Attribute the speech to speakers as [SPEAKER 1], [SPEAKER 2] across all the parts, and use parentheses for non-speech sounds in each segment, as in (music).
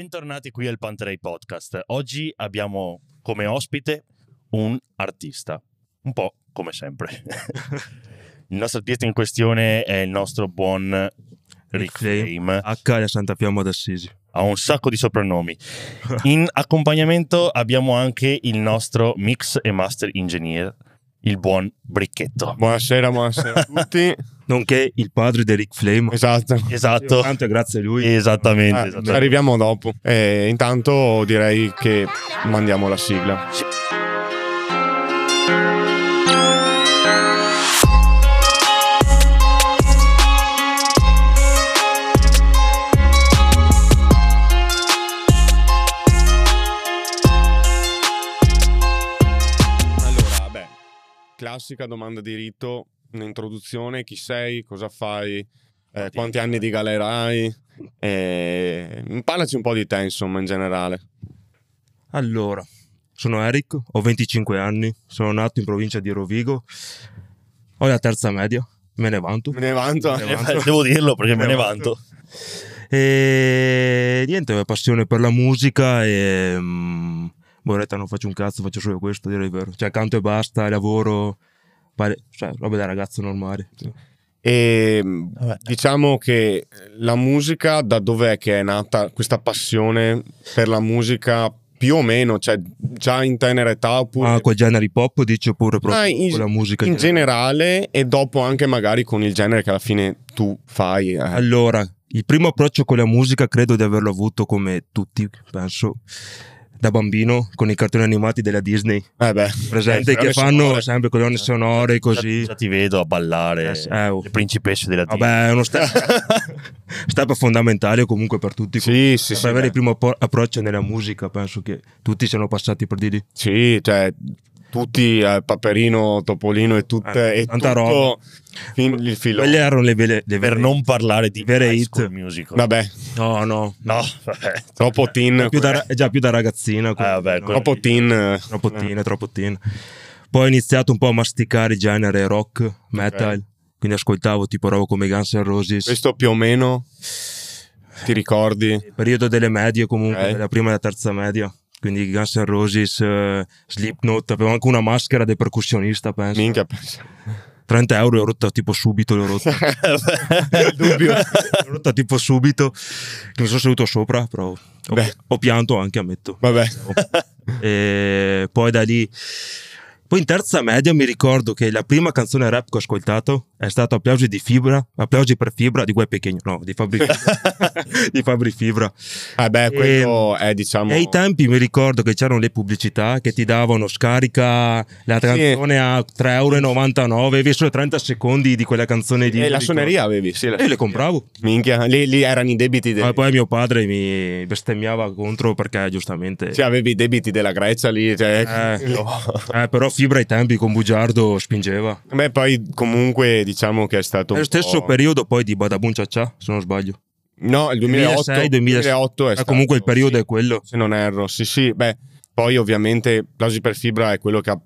[SPEAKER 1] Bentornati qui al Panterei Podcast. Oggi abbiamo come ospite un artista, un po' come sempre. il nostro artista in questione è il nostro buon Rick
[SPEAKER 2] Rick Flame.
[SPEAKER 1] Flame.
[SPEAKER 2] H e Santa Fiamma d'Assisi.
[SPEAKER 1] Ha un sacco di soprannomi. In accompagnamento abbiamo anche il nostro mix e master engineer, il buon Bricchetto.
[SPEAKER 3] Buonasera, buonasera a tutti.
[SPEAKER 2] Nonché il padre di Rick Flame.
[SPEAKER 3] esatto.
[SPEAKER 1] Esatto,
[SPEAKER 2] Tanto è grazie a lui.
[SPEAKER 1] esattamente.
[SPEAKER 3] Ah,
[SPEAKER 1] esattamente.
[SPEAKER 3] arriviamo dopo. Eh, intanto direi che mandiamo la sigla. Allora, beh, classica domanda di rito, un'introduzione, chi sei, cosa fai, eh, quanti anni di galera hai, eh, parlaci un po' di te insomma in generale.
[SPEAKER 2] Allora, sono Eric, ho 25 anni, sono nato in provincia di Rovigo, ho la terza media, me ne vanto.
[SPEAKER 3] Me ne vanto.
[SPEAKER 2] Me ne
[SPEAKER 1] Eh,
[SPEAKER 2] vanto.
[SPEAKER 1] Devo dirlo perché me ne
[SPEAKER 2] Me
[SPEAKER 1] vanto.
[SPEAKER 2] E niente, ho passione per la musica e... mm, boh, in realtà non faccio un cazzo, faccio solo questo, direi il vero. Cioè canto e basta, lavoro, pare... cioè roba da ragazzo normale.
[SPEAKER 3] E mh,
[SPEAKER 1] Vabbè.
[SPEAKER 3] diciamo che la musica, da dov'è che è nata questa passione per la musica più o meno, cioè già in tenera età oppure
[SPEAKER 2] Ah, quel genere hip hop dici oppure proprio
[SPEAKER 3] Ah, in-
[SPEAKER 2] con la musica
[SPEAKER 3] in
[SPEAKER 2] in generale?
[SPEAKER 3] generale e dopo anche magari con il genere che alla fine tu fai. eh.
[SPEAKER 2] Allora, il primo approccio con la musica credo di averlo avuto come tutti, penso, da bambino con i cartoni animati della Disney,
[SPEAKER 3] Eh beh,
[SPEAKER 2] presente
[SPEAKER 3] Eh,
[SPEAKER 2] che
[SPEAKER 3] colonne
[SPEAKER 2] fanno
[SPEAKER 3] sonore.
[SPEAKER 2] sempre colonne sonore così.
[SPEAKER 1] Già, già Eh, ti vedo a ballare
[SPEAKER 2] Eh, sì, eh, oh.
[SPEAKER 1] le principesse della TV.
[SPEAKER 2] Vabbè, è
[SPEAKER 1] (laughs)
[SPEAKER 2] uno step, step fondamentale comunque per tutti.
[SPEAKER 3] sì, sì,
[SPEAKER 2] per
[SPEAKER 3] sì,
[SPEAKER 2] avere
[SPEAKER 3] beh.
[SPEAKER 2] il primo appro- approccio nella musica, penso che tutti siano passati per di lì.
[SPEAKER 3] Sì, cioè tutti, eh, Paperino, Topolino e tutte
[SPEAKER 2] Eh,
[SPEAKER 3] e
[SPEAKER 2] tanta
[SPEAKER 3] tutto fin- il filo.
[SPEAKER 2] Quelle erano le vele,
[SPEAKER 1] Per
[SPEAKER 2] le vele-
[SPEAKER 1] non parlare di
[SPEAKER 2] Vere
[SPEAKER 1] High
[SPEAKER 2] hit.
[SPEAKER 1] School Musical.
[SPEAKER 3] Vabbè,
[SPEAKER 2] No, no.
[SPEAKER 1] No, vabbè.
[SPEAKER 3] troppo teen,
[SPEAKER 2] ecco. Più da ra- è già più da ragazzina. quindi,
[SPEAKER 1] Ah, vabbè,
[SPEAKER 2] no.
[SPEAKER 1] quello-
[SPEAKER 3] troppo teen. eh.
[SPEAKER 2] troppo teen, troppo teen. Poi ho iniziato un po' a masticare il genere rock, metal, quindi ascoltavo tipo roba come Guns N' Roses.
[SPEAKER 3] Questo più o meno ti ricordi?
[SPEAKER 2] Periodo delle medie comunque,
[SPEAKER 3] Ok.
[SPEAKER 2] la prima e la terza media. Quindi Guns N' Roses, eh, Slipknot, avevo anche una maschera del percussionista, penso. (laughs)
[SPEAKER 3] Minchia, pensa.
[SPEAKER 2] 30 euro l'ho rotta tipo subito, l'ho
[SPEAKER 3] (laughs)
[SPEAKER 2] rotta.
[SPEAKER 1] (laughs) Il
[SPEAKER 2] (laughs) l'ho rotta tipo subito, che mi sono seduto sopra, però ho,
[SPEAKER 3] Beh.
[SPEAKER 2] ho pianto anche, ammetto.
[SPEAKER 3] Vabbè,
[SPEAKER 2] e poi da lì poi in terza media mi ricordo che la prima canzone rap che ho ascoltato è stata Applausi di Fibra, Applausi per Fibra di Guai Pechegno, no, di
[SPEAKER 3] (laughs)
[SPEAKER 2] Fabri, (laughs) di Fabri Fibra.
[SPEAKER 3] eh beh, quello è diciamo...
[SPEAKER 2] Ehm, E ai tempi mi ricordo che c'erano le pubblicità che ti davano scarica la canzone a 3,99 euro, avevi solo 30 secondi di quella canzone lì. mi
[SPEAKER 3] E eh, la
[SPEAKER 2] ricordo.
[SPEAKER 3] suoneria avevi, sì. la
[SPEAKER 2] E io le
[SPEAKER 3] suoneria.
[SPEAKER 2] compravo.
[SPEAKER 3] Minchia, lì, lì erano i debiti, de-
[SPEAKER 2] Ma poi mio padre mi bestemmiava contro perché giustamente...
[SPEAKER 3] cioè, avevi i debiti della Grecia lì. Cioè...
[SPEAKER 2] Eh, eh, però Fibra ai tempi con Bugiardo spingeva.
[SPEAKER 3] Beh, poi comunque diciamo che è stato...
[SPEAKER 2] Nello
[SPEAKER 3] un
[SPEAKER 2] stesso
[SPEAKER 3] po'-
[SPEAKER 2] periodo poi di Badabun Ciaccia, se non sbaglio.
[SPEAKER 3] No, il 2008,
[SPEAKER 2] 2006,
[SPEAKER 3] 2008 è
[SPEAKER 2] Eh,
[SPEAKER 3] stato,
[SPEAKER 2] comunque il periodo
[SPEAKER 3] sì.
[SPEAKER 2] è quello.
[SPEAKER 3] Se non erro, sì, sì. Beh, poi ovviamente Plausi per Fibra è quello che ha.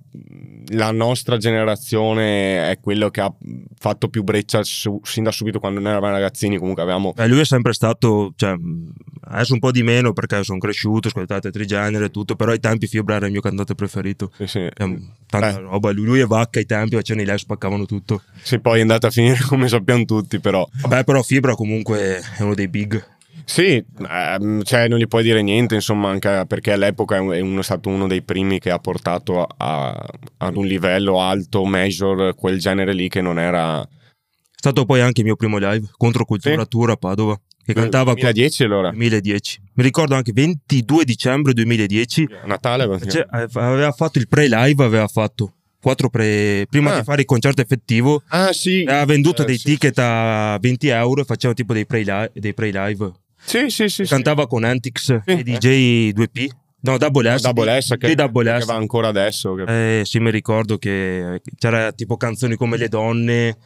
[SPEAKER 3] La nostra generazione è quello che ha fatto più breccia su- sin da subito quando noi eravamo ragazzini. Comunque avevamo.
[SPEAKER 2] Eh, lui è sempre stato, cioè, mh, adesso un po' di meno perché sono cresciuto, ho ascoltato altri generi e tutto, però ai tempi Fibra era il mio cantante preferito.
[SPEAKER 3] Sì, sì.
[SPEAKER 2] Eh, tanta
[SPEAKER 3] Eh.
[SPEAKER 2] roba, lui, lui e Vacca ai tempi facevano i live, spaccavano tutto.
[SPEAKER 3] Sì, poi è andata a finire come sappiamo tutti, però.
[SPEAKER 2] Vabbè, però Fibra comunque è uno dei big.
[SPEAKER 3] Sì, ehm, cioè non gli puoi dire niente, insomma, anche perché all'epoca è un- è uno- stato uno dei primi che ha portato a- a- ad un livello alto, major, quel genere lì che non era.
[SPEAKER 2] È stato poi anche il mio primo live contro Cultura
[SPEAKER 3] Sì.
[SPEAKER 2] Tour a Padova, che cantava con
[SPEAKER 3] 2010 allora.
[SPEAKER 2] 2010. Mi ricordo anche 22 dicembre 2010
[SPEAKER 3] A Natale.
[SPEAKER 2] Cioè, aveva fatto il pre-live, aveva fatto quattro pre... prima
[SPEAKER 3] Ah.
[SPEAKER 2] di fare il concerto effettivo.
[SPEAKER 3] ah, sì.
[SPEAKER 2] Ha venduto
[SPEAKER 3] Eh,
[SPEAKER 2] dei
[SPEAKER 3] sì,
[SPEAKER 2] ticket a 20 euro e faceva tipo dei pre-live. Dei pre-live.
[SPEAKER 3] Sì, sì, sì. sì.
[SPEAKER 2] Cantava con Antix e
[SPEAKER 3] eh.
[SPEAKER 2] DJ 2P. No, Double S.
[SPEAKER 3] Double S che,
[SPEAKER 2] Di Double
[SPEAKER 3] che
[SPEAKER 2] S.
[SPEAKER 3] va ancora adesso. che-
[SPEAKER 2] Eh, sì, mi ricordo che c'era tipo canzoni come Le Donne.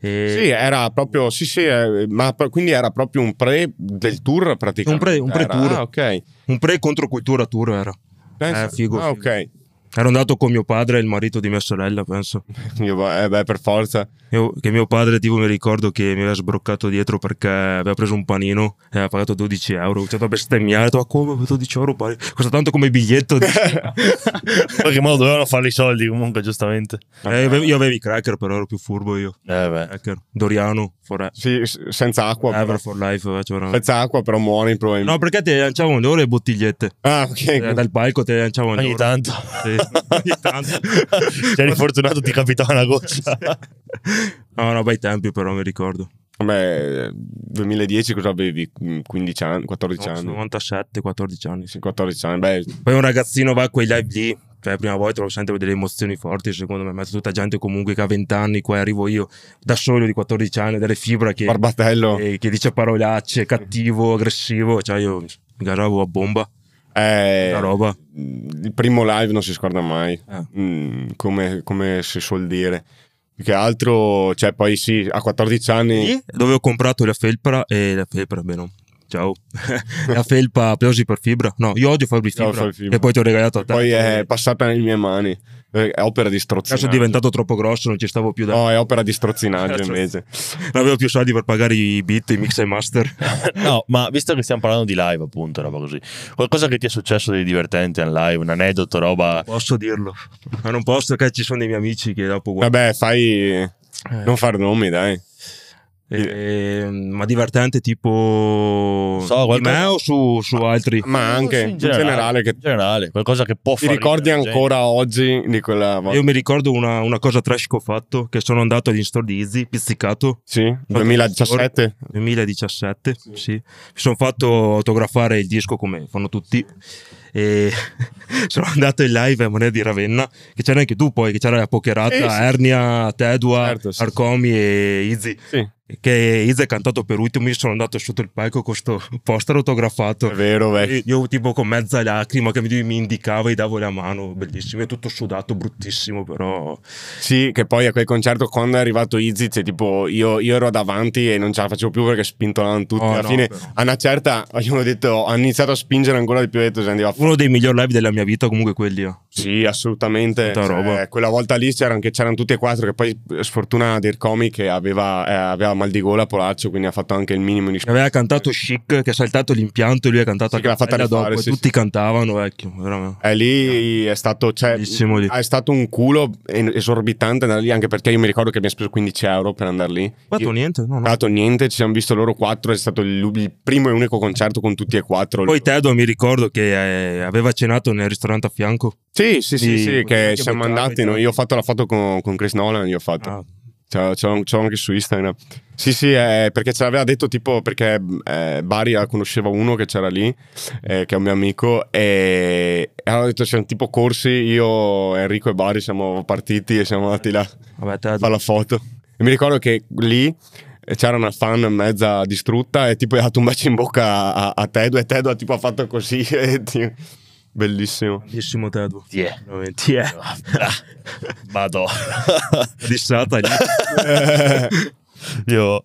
[SPEAKER 2] e-
[SPEAKER 3] Sì, eh. era proprio, sì, sì, eh, ma pro- quindi era proprio un pre del tour praticamente.
[SPEAKER 2] Un pre- un pre-tour.
[SPEAKER 3] Era- Ah, ok.
[SPEAKER 2] Un pre-controcultura tour era.
[SPEAKER 3] Pensa-
[SPEAKER 2] Eh, figo,
[SPEAKER 3] Ah,
[SPEAKER 2] figo.
[SPEAKER 3] ok.
[SPEAKER 2] Ero andato con mio padre e il marito di mia sorella, penso.
[SPEAKER 3] Io, eh, beh, per forza.
[SPEAKER 2] Io- che mio padre, tipo, mi ricordo che mi aveva sbroccato dietro perché aveva preso un panino e aveva pagato 12 euro. Cioè, Ho cominciato a bestemmiare, ho detto, "Ah, come 12 euro? pare- Costa tanto
[SPEAKER 1] (laughs)
[SPEAKER 2] come biglietto. Eh,
[SPEAKER 1] In qualche modo dovevano fare i soldi comunque, giustamente.
[SPEAKER 2] Eh, io avevo- io avevo i cracker, però ero più furbo io.
[SPEAKER 1] Eh beh.
[SPEAKER 2] Cracker. Doriano, for,
[SPEAKER 3] Sì, s- senza acqua. però.
[SPEAKER 2] ever for life. eh, cioè, veramente.
[SPEAKER 3] Senza acqua, però muori
[SPEAKER 2] No,
[SPEAKER 3] probabilmente.
[SPEAKER 2] perché ti lanciavano loro le bottigliette.
[SPEAKER 3] Ah, ok.
[SPEAKER 2] Eh, dal palco ti lanciavano loro.
[SPEAKER 1] Ogni tanto.
[SPEAKER 2] Sì, ogni
[SPEAKER 1] (laughs)
[SPEAKER 2] tanto.
[SPEAKER 1] Se eri fortunato ti capitava una goccia.
[SPEAKER 2] No, no, bei tempi però, mi ricordo.
[SPEAKER 3] Beh, 2010 cosa avevi? 15 anni, 14 anni?
[SPEAKER 2] 97, 14 anni.
[SPEAKER 3] Sì, 14 anni. Beh,
[SPEAKER 2] Poi un ragazzino va a quei live lì, cioè la prima volta lo sente delle emozioni forti, secondo me, ma c'è tutta gente comunque che ha 20 anni, qua arrivo io da solo di 14 anni, delle fibra che,
[SPEAKER 3] Barbatello.
[SPEAKER 2] eh, che dice parolacce, cattivo, aggressivo, cioè io mi garavo a bomba,
[SPEAKER 3] Eh,
[SPEAKER 2] la roba.
[SPEAKER 3] Mm, Il primo live non si scorda mai,
[SPEAKER 2] Eh.
[SPEAKER 3] Mm, come, come si suol dire. Più che altro, cioè, poi sì, a 14 anni.
[SPEAKER 2] Lì dove ho comprato la felpa e la felpa, beh no. Ciao. (laughs) la felpa applausi per fibra. No, io odio farvi
[SPEAKER 3] Io
[SPEAKER 2] fibra,
[SPEAKER 3] farvi fibra.
[SPEAKER 2] E poi ti ho regalato a te.
[SPEAKER 3] Poi è passata nelle mie mani. Eh, È opera
[SPEAKER 2] Adesso
[SPEAKER 3] di
[SPEAKER 2] è
[SPEAKER 3] strozzinaggio.
[SPEAKER 2] diventato troppo grosso, non ci stavo più da...
[SPEAKER 3] No, è opera
[SPEAKER 2] (laughs)
[SPEAKER 3] di strozzinaggio
[SPEAKER 2] Cioè,
[SPEAKER 3] invece.
[SPEAKER 2] Non avevo più soldi per pagare i beat, i mix e master.
[SPEAKER 3] (laughs)
[SPEAKER 1] No, ma visto che stiamo parlando di live, appunto, roba così. Qualcosa che ti è successo di divertente in live, un aneddoto, roba...
[SPEAKER 2] Posso dirlo, ma non posso perché ci sono dei miei amici che dopo guardano.
[SPEAKER 3] Vabbè, fai. Non far nomi, dai.
[SPEAKER 2] Eh, ma divertente tipo
[SPEAKER 1] So,
[SPEAKER 2] di
[SPEAKER 1] qualcosa-
[SPEAKER 2] me o su, su altri?
[SPEAKER 3] Ma anche in generale, che
[SPEAKER 1] in generale, qualcosa che può
[SPEAKER 3] ti
[SPEAKER 1] far
[SPEAKER 3] ricordi
[SPEAKER 1] ridere la gente.
[SPEAKER 3] ancora oggi di quella volta?
[SPEAKER 2] Io mi ricordo una, una cosa trash che ho fatto, che sono andato agli store di Easy, pizzicato,
[SPEAKER 3] Sì, 2017.
[SPEAKER 2] 2017, sì. Mi sono fatto autografare il disco come fanno tutti e (laughs) sono andato in live a Monea di Ravenna, che c'era anche tu poi, che c'era la pokerata,
[SPEAKER 3] Eh, Sì, sì.
[SPEAKER 2] Ernia, Tedua,
[SPEAKER 3] Certo, sì, sì.
[SPEAKER 2] Arcomi e Izzy.
[SPEAKER 3] Sì,
[SPEAKER 2] che Izzy ha cantato per ultimo, io sono andato sotto il palco con questo poster
[SPEAKER 3] è
[SPEAKER 2] autografato.
[SPEAKER 3] vero, vecchio.
[SPEAKER 2] Io tipo con mezza lacrima che mi mi indicava e davo la mano, bellissimo, è tutto sudato, bruttissimo però.
[SPEAKER 3] Sì, che poi a quel concerto quando è arrivato Izzy, cioè, tipo, io, io ero davanti e non ce la facevo più perché spintonavano tutti.
[SPEAKER 2] Oh,
[SPEAKER 3] Alla
[SPEAKER 2] no,
[SPEAKER 3] fine,
[SPEAKER 2] però.
[SPEAKER 3] a una certa, io ho detto, hanno iniziato a spingere ancora di più. Ho detto, "Senti, va a f-
[SPEAKER 2] Uno dei miglior live della mia vita comunque quelli. eh.
[SPEAKER 3] sì, assolutamente. Eh,
[SPEAKER 2] Tanta roba.
[SPEAKER 3] quella volta lì c'erano, che c'erano tutti e quattro, che poi eh, sfortuna Dircomi che aveva, eh, aveva mal di gola, Polaccio, quindi ha fatto anche il minimo di
[SPEAKER 2] Aveva cantato Chic, che ha saltato l'impianto e lui ha cantato
[SPEAKER 3] Sì, che l'ha fatta
[SPEAKER 2] cappella
[SPEAKER 3] rifare,
[SPEAKER 2] dopo, e
[SPEAKER 3] sì,
[SPEAKER 2] tutti cantavano, vecchio, veramente.
[SPEAKER 3] E Eh, lì è stato, cioè,
[SPEAKER 2] Bellissimo lì.
[SPEAKER 3] è stato un culo en- esorbitante andare lì, anche perché io mi ricordo che abbiamo speso 15 euro per andare lì.
[SPEAKER 2] Fatto
[SPEAKER 3] Io-
[SPEAKER 2] niente, no, no.
[SPEAKER 3] Ho dato niente, ci siamo visto loro quattro, è stato il, il primo e unico concerto con tutti e quattro.
[SPEAKER 2] Poi Tedo mi ricordo che eh, aveva cenato nel ristorante a fianco.
[SPEAKER 3] sì, sì, sì,
[SPEAKER 2] Di-
[SPEAKER 3] sì, che
[SPEAKER 2] anche
[SPEAKER 3] siamo
[SPEAKER 2] Bottami,
[SPEAKER 3] andati, no?
[SPEAKER 2] cioè.
[SPEAKER 3] io ho fatto la foto con, con Chris Nolan, io ho fatto.
[SPEAKER 2] Ah,
[SPEAKER 3] C'ho, c'ho- c'ho anche su Instagram. Sì, sì, eh, perché ce l'aveva detto tipo perché eh, Bari conosceva uno che c'era lì, eh, che è un mio amico, e, e allora ho detto siamo tipo corsi, io, Enrico e Bari siamo partiti e siamo andati là a
[SPEAKER 2] Ah, vabbè, Tedo.
[SPEAKER 3] fare la foto. E mi ricordo che lì eh, c'era una fan mezza distrutta e tipo gli ha dato un bacio in bocca a, a Tedo e Tedo tipo, ha fatto così. (laughs) e ti- Bellissimo.
[SPEAKER 2] Bellissimo Tedo.
[SPEAKER 1] Ti è.
[SPEAKER 2] Veramente. Ti è.
[SPEAKER 3] (laughs)
[SPEAKER 1] Vado.
[SPEAKER 2] Dissata lì.
[SPEAKER 1] (laughs) Io...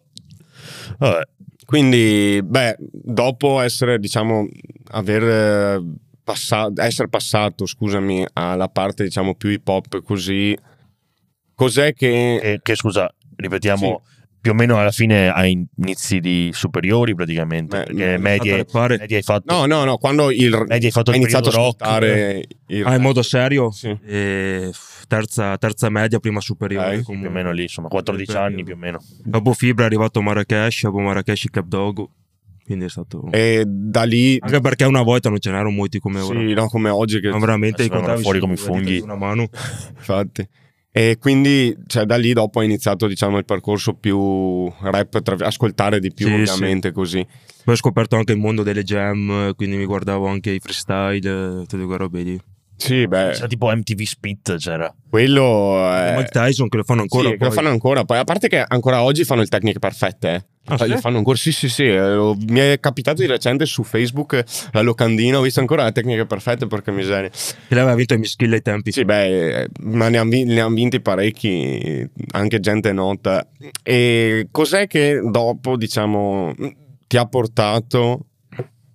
[SPEAKER 1] Vabbè.
[SPEAKER 3] Quindi, beh, dopo essere, diciamo, aver eh, passa- essere passato, scusami, alla parte, diciamo, più hip hop così, cos'è che...
[SPEAKER 1] E che scusa, ripetiamo, più o meno alla fine ai inizi di superiori praticamente,
[SPEAKER 3] Beh,
[SPEAKER 1] perché
[SPEAKER 3] Eh, no,
[SPEAKER 1] medie,
[SPEAKER 2] tanto le pare-
[SPEAKER 1] medie hai fatto...
[SPEAKER 3] No, no, no, quando il...
[SPEAKER 1] Medie hai fatto
[SPEAKER 3] ho
[SPEAKER 1] il
[SPEAKER 3] iniziato a
[SPEAKER 1] periodo rock,
[SPEAKER 3] ascoltare il...
[SPEAKER 2] Ah, in modo serio?
[SPEAKER 3] Sì.
[SPEAKER 2] Eh, f- terza, terza media, prima superiore.
[SPEAKER 3] Ok,
[SPEAKER 1] più
[SPEAKER 2] comunque.
[SPEAKER 1] o meno lì, insomma, 14 anni più o meno.
[SPEAKER 2] Dopo Fibra è arrivato Marrakesh, dopo Marrakesh Cap Dog. Quindi è stato.
[SPEAKER 3] E da lì...
[SPEAKER 1] Ah,
[SPEAKER 2] Anche perché una volta non ce n'erano molti come ora.
[SPEAKER 3] Eh, Sì, no, come oggi che...
[SPEAKER 2] Ma veramente
[SPEAKER 1] Eh,
[SPEAKER 2] li
[SPEAKER 1] vengono
[SPEAKER 2] contavi
[SPEAKER 1] fuori
[SPEAKER 2] su
[SPEAKER 1] come i
[SPEAKER 2] due dita
[SPEAKER 1] funghi.
[SPEAKER 2] di Una mano.
[SPEAKER 3] Infatti. E quindi, cioè, da lì dopo ho iniziato, diciamo, il percorso più rap, tra- ascoltare di più,
[SPEAKER 2] Sì,
[SPEAKER 3] ovviamente, così.
[SPEAKER 2] Poi ho scoperto anche il mondo delle jam, quindi mi guardavo anche i freestyle, eh, tutte quelle robe lì.
[SPEAKER 3] Sì,
[SPEAKER 1] C'era
[SPEAKER 3] beh,
[SPEAKER 1] Cioè,
[SPEAKER 2] certo.
[SPEAKER 1] tipo MTV Spit, c'era.
[SPEAKER 3] quello...
[SPEAKER 2] Eh,
[SPEAKER 3] è-
[SPEAKER 2] Mike Tyson che lo fanno ancora.
[SPEAKER 3] Sì, che lo
[SPEAKER 2] poi.
[SPEAKER 3] fanno ancora. Poi, a parte che ancora oggi fanno il tecniche perfette. eh.
[SPEAKER 2] Ah, sì?
[SPEAKER 3] Le fanno ancora, sì, sì, sì. eh, ho- Mi è capitato di recente su Facebook eh, la locandina. Ho visto ancora le tecniche perfette, porca miseria.
[SPEAKER 2] Che l'aveva vinto ai Mischilla ai tempi.
[SPEAKER 3] Sì, beh, eh, ma ne hanno vinti parecchi, eh, anche gente nota. E cos'è che dopo, diciamo, ti ha portato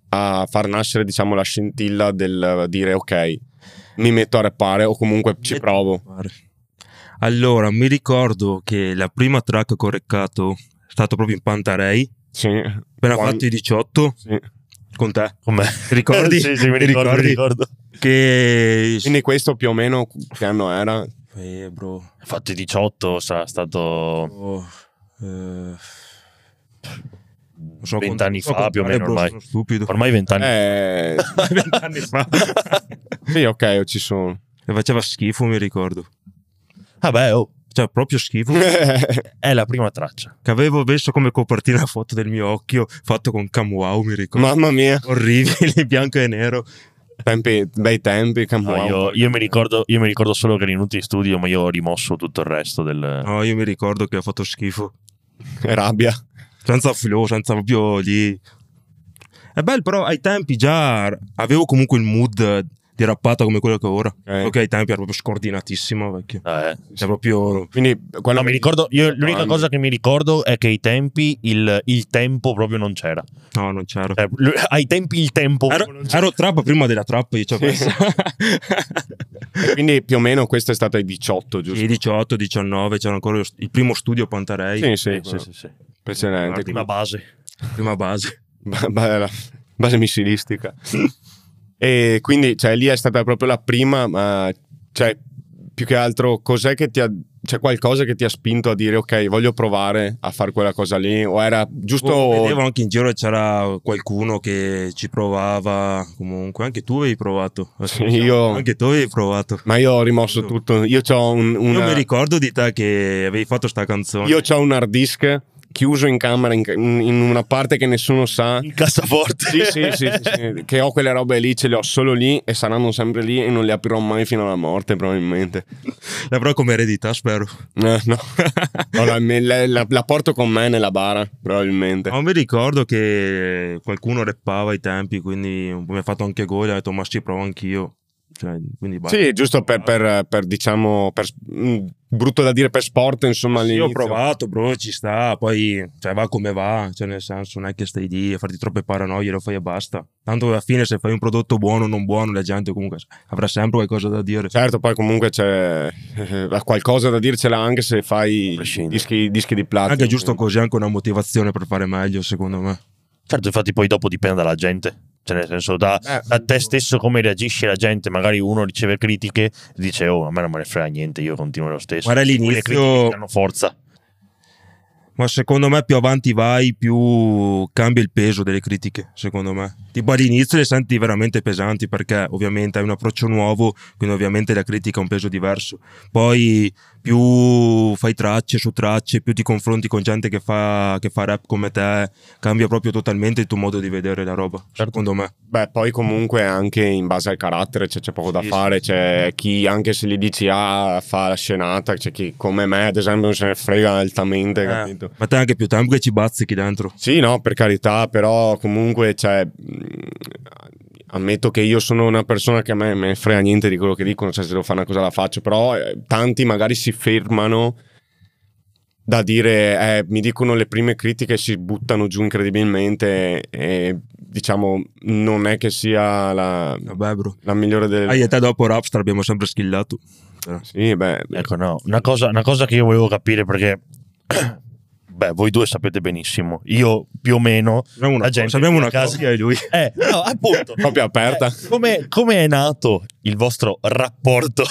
[SPEAKER 3] a far nascere, diciamo, la scintilla del dire ok, mi metto a rappare o comunque ci
[SPEAKER 2] Met-
[SPEAKER 3] provo.
[SPEAKER 2] Guarda. Allora, mi ricordo che la prima track che ho reccato è stata proprio in Pantarei,
[SPEAKER 3] Sì,
[SPEAKER 2] appena
[SPEAKER 3] Quando-
[SPEAKER 2] fatto i 18,
[SPEAKER 3] sì.
[SPEAKER 2] con te.
[SPEAKER 1] (laughs) Come?
[SPEAKER 2] Ti ricordi?
[SPEAKER 1] sì, sì, mi ricordo, mi
[SPEAKER 2] Ricordi?
[SPEAKER 1] ricordo.
[SPEAKER 2] Che...
[SPEAKER 3] Quindi questo più o meno che anno era?
[SPEAKER 2] Eh, bro.
[SPEAKER 1] Fatti 18, sarà stato
[SPEAKER 2] Oh, eh, non so
[SPEAKER 1] 20 anni
[SPEAKER 2] cont- non so
[SPEAKER 1] fa più o
[SPEAKER 2] contare,
[SPEAKER 1] meno
[SPEAKER 2] bro,
[SPEAKER 1] ormai.
[SPEAKER 2] sono stupido.
[SPEAKER 1] Ormai 20 anni.
[SPEAKER 3] Eh,
[SPEAKER 2] Vent'anni fa.
[SPEAKER 3] sì, ok, ci sono. (laughs)
[SPEAKER 2] E faceva schifo, mi ricordo.
[SPEAKER 1] (laughs) Vabbè, oh,
[SPEAKER 2] Cioè, proprio schifo.
[SPEAKER 1] è la prima traccia.
[SPEAKER 2] che avevo messo come copertina la foto del mio occhio, fatto con Camuau, mi ricordo.
[SPEAKER 3] Mamma mia,
[SPEAKER 2] Orribile, (laughs) bianco e nero.
[SPEAKER 3] tempi, bei tempi,
[SPEAKER 1] No,
[SPEAKER 3] Camuau.
[SPEAKER 1] io, io mi ricordo, io mi ricordo solo che eri venuto in studio, ma io ho rimosso tutto il resto del...
[SPEAKER 2] No, io mi ricordo che ho fatto schifo.
[SPEAKER 3] rabbia.
[SPEAKER 2] Senza flow, senza proprio lì. È bello, però ai tempi già avevo comunque il mood eh, di rappata come quello che ho ora.
[SPEAKER 3] Ok.
[SPEAKER 2] Ok, ai tempi era proprio scordinatissimo, vecchio.
[SPEAKER 1] Eh.
[SPEAKER 2] È Cioè, proprio...
[SPEAKER 3] Quindi quello
[SPEAKER 1] No, mi ricordo, io l'unica
[SPEAKER 3] Anni.
[SPEAKER 1] cosa che mi ricordo è che ai tempi il, il tempo proprio non c'era.
[SPEAKER 2] No, non c'era.
[SPEAKER 1] Cioè, l- ai tempi il tempo proprio
[SPEAKER 2] Eh, Ero,
[SPEAKER 1] non c'era.
[SPEAKER 2] ero trappa prima della trappa, io ci ho
[SPEAKER 3] Sì.
[SPEAKER 2] messo.
[SPEAKER 3] E Quindi più o meno questo è stato ai 18, (laughs) giusto?
[SPEAKER 2] Sì, 18, 19, c'era ancora lo- il primo studio Pantarei,
[SPEAKER 1] Sì,
[SPEAKER 3] Sì, sì,
[SPEAKER 1] sì,
[SPEAKER 3] quello
[SPEAKER 1] sì, sì.
[SPEAKER 3] precedente.
[SPEAKER 1] Prima base.
[SPEAKER 2] prima base.
[SPEAKER 3] Ba- ba- la base missilistica. e quindi cioè, lì è stata proprio la prima, ma cioè, più che altro cos'è che ti ha... C'è qualcosa che ti ha spinto a dire ok, voglio provare a fare quella cosa lì? O era giusto...
[SPEAKER 2] Oh, Vedevo anche in giro c'era qualcuno che ci provava, comunque anche tu avevi provato.
[SPEAKER 3] Sì, io-
[SPEAKER 2] Anche tu avevi provato.
[SPEAKER 3] Ma io ho rimosso tutto. Io ho un,
[SPEAKER 2] Io
[SPEAKER 3] una-
[SPEAKER 2] mi ricordo di te che avevi fatto sta canzone.
[SPEAKER 3] io c'ho un hard disk chiuso in camera, in, in una parte che nessuno sa.
[SPEAKER 1] In cassaforte.
[SPEAKER 3] Sì, sì, sì, sì, sì, che ho quelle robe lì, ce le ho solo lì e saranno sempre lì e non le aprirò mai fino alla morte probabilmente.
[SPEAKER 2] L'avrò Eh, come eredità, spero.
[SPEAKER 3] Eh,
[SPEAKER 2] (laughs)
[SPEAKER 3] no. No, la, me- la- la- la porto con me nella bara, probabilmente.
[SPEAKER 2] No, mi ricordo che qualcuno rappava ai tempi, quindi un po' mi ha fatto anche gola, ho detto ma ci provo anch'io. Cioè, quindi basta.
[SPEAKER 3] Sì, giusto per, per- per, diciamo, per- mh, brutto da dire per sport, insomma.
[SPEAKER 2] Sì, ho
[SPEAKER 3] all'inizio.
[SPEAKER 2] provato, bro, ci sta, poi cioè, va come va, cioè, nel senso non è che stai lì a farti troppe paranoie, lo fai e basta. Tanto alla fine se fai un prodotto buono o non buono, la gente comunque avrà sempre qualcosa da dire.
[SPEAKER 3] Certo, poi comunque c'è eh, qualcosa da dircela anche se fai
[SPEAKER 1] prescindere.
[SPEAKER 3] dischi, dischi di platino.
[SPEAKER 2] anche giusto così, anche una motivazione per fare meglio, secondo me.
[SPEAKER 1] (laughs) Certo, infatti poi dopo dipende dalla gente. Cioè, nel senso, da,
[SPEAKER 3] Eh,
[SPEAKER 1] da te stesso come reagisci la gente. Magari uno riceve critiche e dice, oh, a me non me ne frega niente, io continuo lo stesso.
[SPEAKER 2] Guarda
[SPEAKER 1] Quelle critiche
[SPEAKER 2] all'inizio,
[SPEAKER 1] ti danno forza.
[SPEAKER 2] ma secondo me più avanti vai, più cambia il peso delle critiche, secondo me. Tipo all'inizio le senti veramente pesanti perché ovviamente hai un approccio nuovo, quindi ovviamente la critica ha un peso diverso. Poi più fai tracce su tracce, più ti confronti con gente che fa, che fa rap come te, cambia proprio totalmente il tuo modo di vedere la roba,
[SPEAKER 1] Certo.
[SPEAKER 2] secondo me.
[SPEAKER 3] Beh, poi comunque anche in base al carattere cioè, c'è poco da
[SPEAKER 2] Sì,
[SPEAKER 3] fare, c'è chi anche se gli dici ah fa la scenata, c'è chi come me ad esempio non se ne frega altamente,
[SPEAKER 2] Eh,
[SPEAKER 3] capito?
[SPEAKER 2] ma te anche più tempo che ci bazzichi dentro.
[SPEAKER 3] Sì, no, per carità, però comunque cioè, mh, ammetto che io sono una persona che a me me ne frega niente di quello che dicono, cioè se devo fare una cosa la faccio, però eh, tanti magari si fermano da dire eh, mi dicono le prime critiche si buttano giù incredibilmente e diciamo non è che sia la,
[SPEAKER 2] Vabbè, bro.
[SPEAKER 3] la migliore
[SPEAKER 1] Eh.
[SPEAKER 3] delle...
[SPEAKER 2] Ah, io e te dopo Rapstar abbiamo sempre skillato.
[SPEAKER 3] Sì, beh,
[SPEAKER 1] Ecco, no. Una cosa, una cosa che io volevo capire perché... (clears throat) Beh, voi due sapete benissimo. Io più o meno...
[SPEAKER 2] Abbiamo una,
[SPEAKER 1] La gente
[SPEAKER 2] abbiamo una
[SPEAKER 1] a casa-
[SPEAKER 2] coppia e lui.
[SPEAKER 1] (laughs) Eh, no,
[SPEAKER 2] (laughs)
[SPEAKER 1] appunto.
[SPEAKER 3] proprio aperta.
[SPEAKER 1] Eh, come, come è nato il vostro
[SPEAKER 2] (laughs)
[SPEAKER 1] rapporto?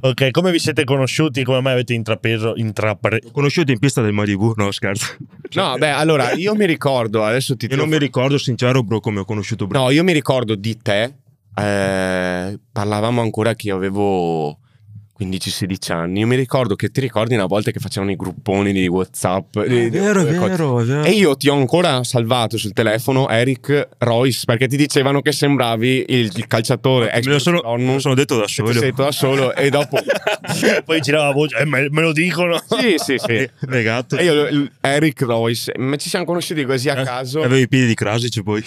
[SPEAKER 1] ok, come vi siete conosciuti? Come mai avete intrapreso? intrapre- (laughs)
[SPEAKER 2] L'ho conosciuto in pista del Malibu, no scherzo.
[SPEAKER 3] No, beh, allora io mi ricordo, adesso ti
[SPEAKER 2] Cioè, eh, Io non mi ricordo sincero bro come ho conosciuto bro.
[SPEAKER 3] No, io mi ricordo di te. eh, parlavamo ancora che io avevo 15-16 anni. Io mi ricordo che ti ricordi una volta che facevano i grupponi di WhatsApp.
[SPEAKER 2] è
[SPEAKER 3] di- di-
[SPEAKER 2] Ah, vero, è
[SPEAKER 3] di-
[SPEAKER 2] vero, è vero.
[SPEAKER 3] E io ti ho ancora salvato sul telefono Eric Royce perché ti dicevano che sembravi il, il calciatore.
[SPEAKER 2] me lo sono,
[SPEAKER 3] Dortmund,
[SPEAKER 2] me lo sono detto da
[SPEAKER 3] che ti
[SPEAKER 2] solo.
[SPEAKER 3] sei tu da solo e dopo.
[SPEAKER 2] (laughs)
[SPEAKER 1] Poi girava la voce, eh, me, me lo dicono.
[SPEAKER 3] sì,
[SPEAKER 1] (laughs)
[SPEAKER 3] sì, sì.
[SPEAKER 2] Legato.
[SPEAKER 3] E io, l- Eric Royce, ma ci siamo conosciuti così a caso.
[SPEAKER 2] Eh, Avevo i piedi di Krasic
[SPEAKER 3] (laughs)
[SPEAKER 2] poi.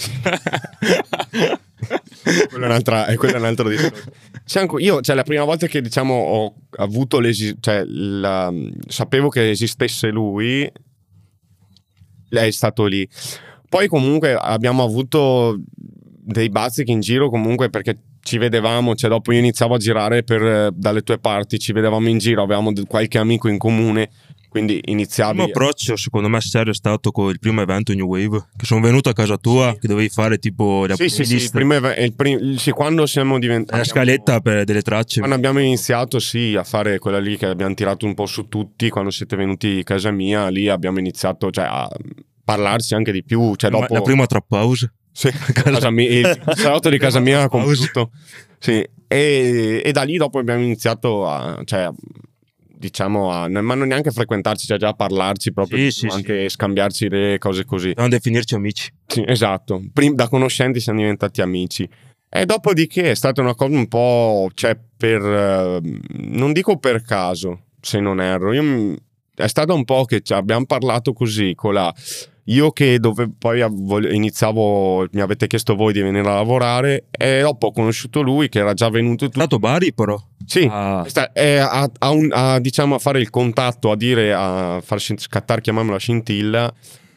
[SPEAKER 3] quello è, un'altra- eh, quello è un altro discorso. C'è anche- io, cioè, la prima volta che diciamo ho avuto l'esi- cioè, la- sapevo che esistesse lui, lei è stato lì. Poi, comunque, abbiamo avuto dei bazzichi in giro comunque perché. ci ci vedevamo, cioè dopo io iniziavo a girare per, eh, dalle tue parti, ci vedevamo in giro, avevamo de- qualche amico in comune, quindi
[SPEAKER 2] Il mio
[SPEAKER 3] iniziavi...
[SPEAKER 2] approccio, secondo me, serio è stato con il primo evento New Wave, che sono venuto a casa tua, che dovevi fare tipo la
[SPEAKER 3] Sì, sì, sì, il
[SPEAKER 2] playlist,
[SPEAKER 3] primo eve- il prim- il- sì, quando siamo diventati...
[SPEAKER 2] la scaletta per delle tracce.
[SPEAKER 3] Quando abbiamo iniziato, sì, a fare quella lì che abbiamo tirato un po' su tutti, quando siete venuti a casa mia, lì abbiamo iniziato cioè, a parlarsi anche di più. Cioè,
[SPEAKER 2] Ma
[SPEAKER 3] dopo...
[SPEAKER 2] La prima trap house.
[SPEAKER 3] Sì,
[SPEAKER 2] (laughs)
[SPEAKER 3] (laughs) casa mia, il salotto di casa mia con
[SPEAKER 2] Pausa.
[SPEAKER 3] tutto. Sì, e, e da lì dopo abbiamo iniziato a, cioè, diciamo, a, ma non neanche a frequentarci, cioè già a parlarci proprio,
[SPEAKER 2] Sì, sì,
[SPEAKER 3] anche scambiarci le cose così.
[SPEAKER 2] Dobbiamo definirci amici.
[SPEAKER 3] Sì, esatto, Prim- da conoscenti siamo diventati amici. E dopodiché è stata una cosa un po', cioè, per, eh, non dico per caso, se non erro, io mi- è stato un po' che ci abbiamo parlato così, con la... Io che dove poi av- vol- iniziavo, mi avete chiesto voi di venire a lavorare e dopo ho conosciuto lui che era già venuto
[SPEAKER 2] È
[SPEAKER 3] tutto.
[SPEAKER 2] stato Bari, però.
[SPEAKER 3] Sì, Eh,
[SPEAKER 2] Ah,
[SPEAKER 3] Sta- è a, a un- a, diciamo, a fare il contatto, a dire, a far scin- scattare, chiamiamola scintilla, è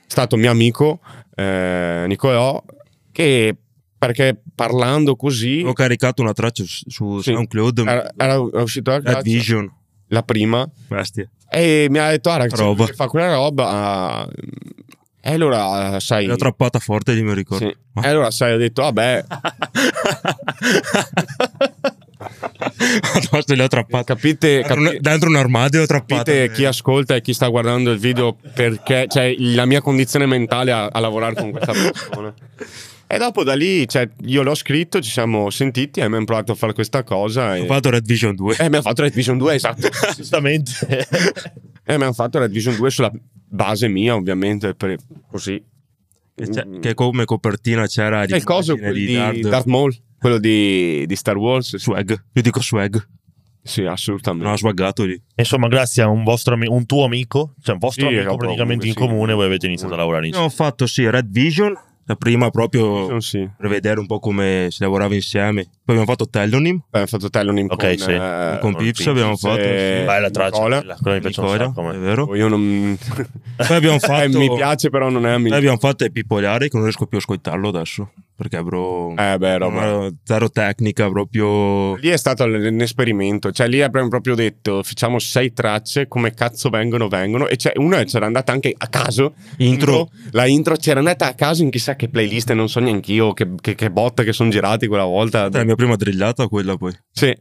[SPEAKER 3] stato mio amico eh, Nicolò, che perché parlando così
[SPEAKER 2] ho caricato una traccia su, su
[SPEAKER 3] Sì.
[SPEAKER 2] SoundCloud,
[SPEAKER 3] era, era uscito dal
[SPEAKER 2] Ad
[SPEAKER 3] calcio,
[SPEAKER 2] Vision.
[SPEAKER 3] la prima,
[SPEAKER 2] Bestia.
[SPEAKER 3] e mi ha detto, ah
[SPEAKER 2] Roba.
[SPEAKER 3] ragazzi, fa quella roba, ah, e allora, sai...
[SPEAKER 2] L'ho trappata forte, lì mi ricordo.
[SPEAKER 3] sì. E allora, sai, ho detto, vabbè,
[SPEAKER 2] (laughs) Forse l'ho trappata.
[SPEAKER 3] Eh, capite,
[SPEAKER 2] Dentro,
[SPEAKER 3] capite,
[SPEAKER 2] un- dentro un armadio l'ho trappata.
[SPEAKER 3] Capite chi ascolta e chi sta guardando il video perché cioè, la mia condizione mentale a, a lavorare con questa persona. (laughs) E dopo da lì cioè, io l'ho scritto, ci siamo sentiti e abbiamo provato a fare questa cosa.
[SPEAKER 2] Ho
[SPEAKER 3] E,
[SPEAKER 2] fatto Red Vision 2.
[SPEAKER 3] (laughs) e abbiamo Eh, fatto Red Vision 2, esatto.
[SPEAKER 1] Giustamente.
[SPEAKER 3] e abbiamo fatto Red Vision 2 sulla base mia, ovviamente, per- così.
[SPEAKER 2] Che, c'è- che come copertina c'era
[SPEAKER 3] È il coso quello di Darth Maul, quello di, di Star Wars. Sì,
[SPEAKER 2] Swag. Io dico swag.
[SPEAKER 3] Sì, assolutamente.
[SPEAKER 2] Non ho swaggato lì.
[SPEAKER 1] Insomma, grazie a un, vostro, ami- un tuo amico, cioè un vostro
[SPEAKER 3] Sì,
[SPEAKER 1] amico
[SPEAKER 3] proprio,
[SPEAKER 1] praticamente in
[SPEAKER 3] comunque sì.
[SPEAKER 1] comune, voi avete iniziato a lavorare
[SPEAKER 2] Io
[SPEAKER 1] insieme.
[SPEAKER 2] ho fatto sì Red Vision, la prima proprio
[SPEAKER 3] Vision, sì.
[SPEAKER 2] per vedere un po' come si lavorava insieme. Poi abbiamo fatto Telonym
[SPEAKER 3] Abbiamo fatto Telonym
[SPEAKER 1] Ok,
[SPEAKER 3] con,
[SPEAKER 1] sì.
[SPEAKER 3] eh,
[SPEAKER 2] con
[SPEAKER 1] con
[SPEAKER 2] Pips,
[SPEAKER 1] Pips,
[SPEAKER 2] abbiamo fatto
[SPEAKER 3] eh,
[SPEAKER 2] sì.
[SPEAKER 1] Bella traccia,
[SPEAKER 3] Nicola.
[SPEAKER 1] quella, quella mi piace un
[SPEAKER 2] Nicola,
[SPEAKER 1] sacco a me.
[SPEAKER 2] è vero.
[SPEAKER 3] io non...
[SPEAKER 2] Poi abbiamo fatto
[SPEAKER 3] (laughs) Eh, mi piace, però non è a
[SPEAKER 2] Noi
[SPEAKER 3] me.
[SPEAKER 2] abbiamo fatto Epipolare che non riesco più a ascoltarlo adesso perché bro
[SPEAKER 3] Eh, beh,
[SPEAKER 2] non
[SPEAKER 3] roba.
[SPEAKER 2] ho zero tecnica proprio
[SPEAKER 3] Lì è stato l- un esperimento, cioè lì abbiamo proprio detto facciamo sei tracce, come cazzo vengono, vengono, e c'è una c'era andata anche a caso,
[SPEAKER 2] intro
[SPEAKER 3] la intro c'era andata a caso in chissà che playlist, non so neanch'io che, che, che botte che sono girati quella volta,
[SPEAKER 2] È la mia prima drillata quella poi (laughs)
[SPEAKER 3] Sì.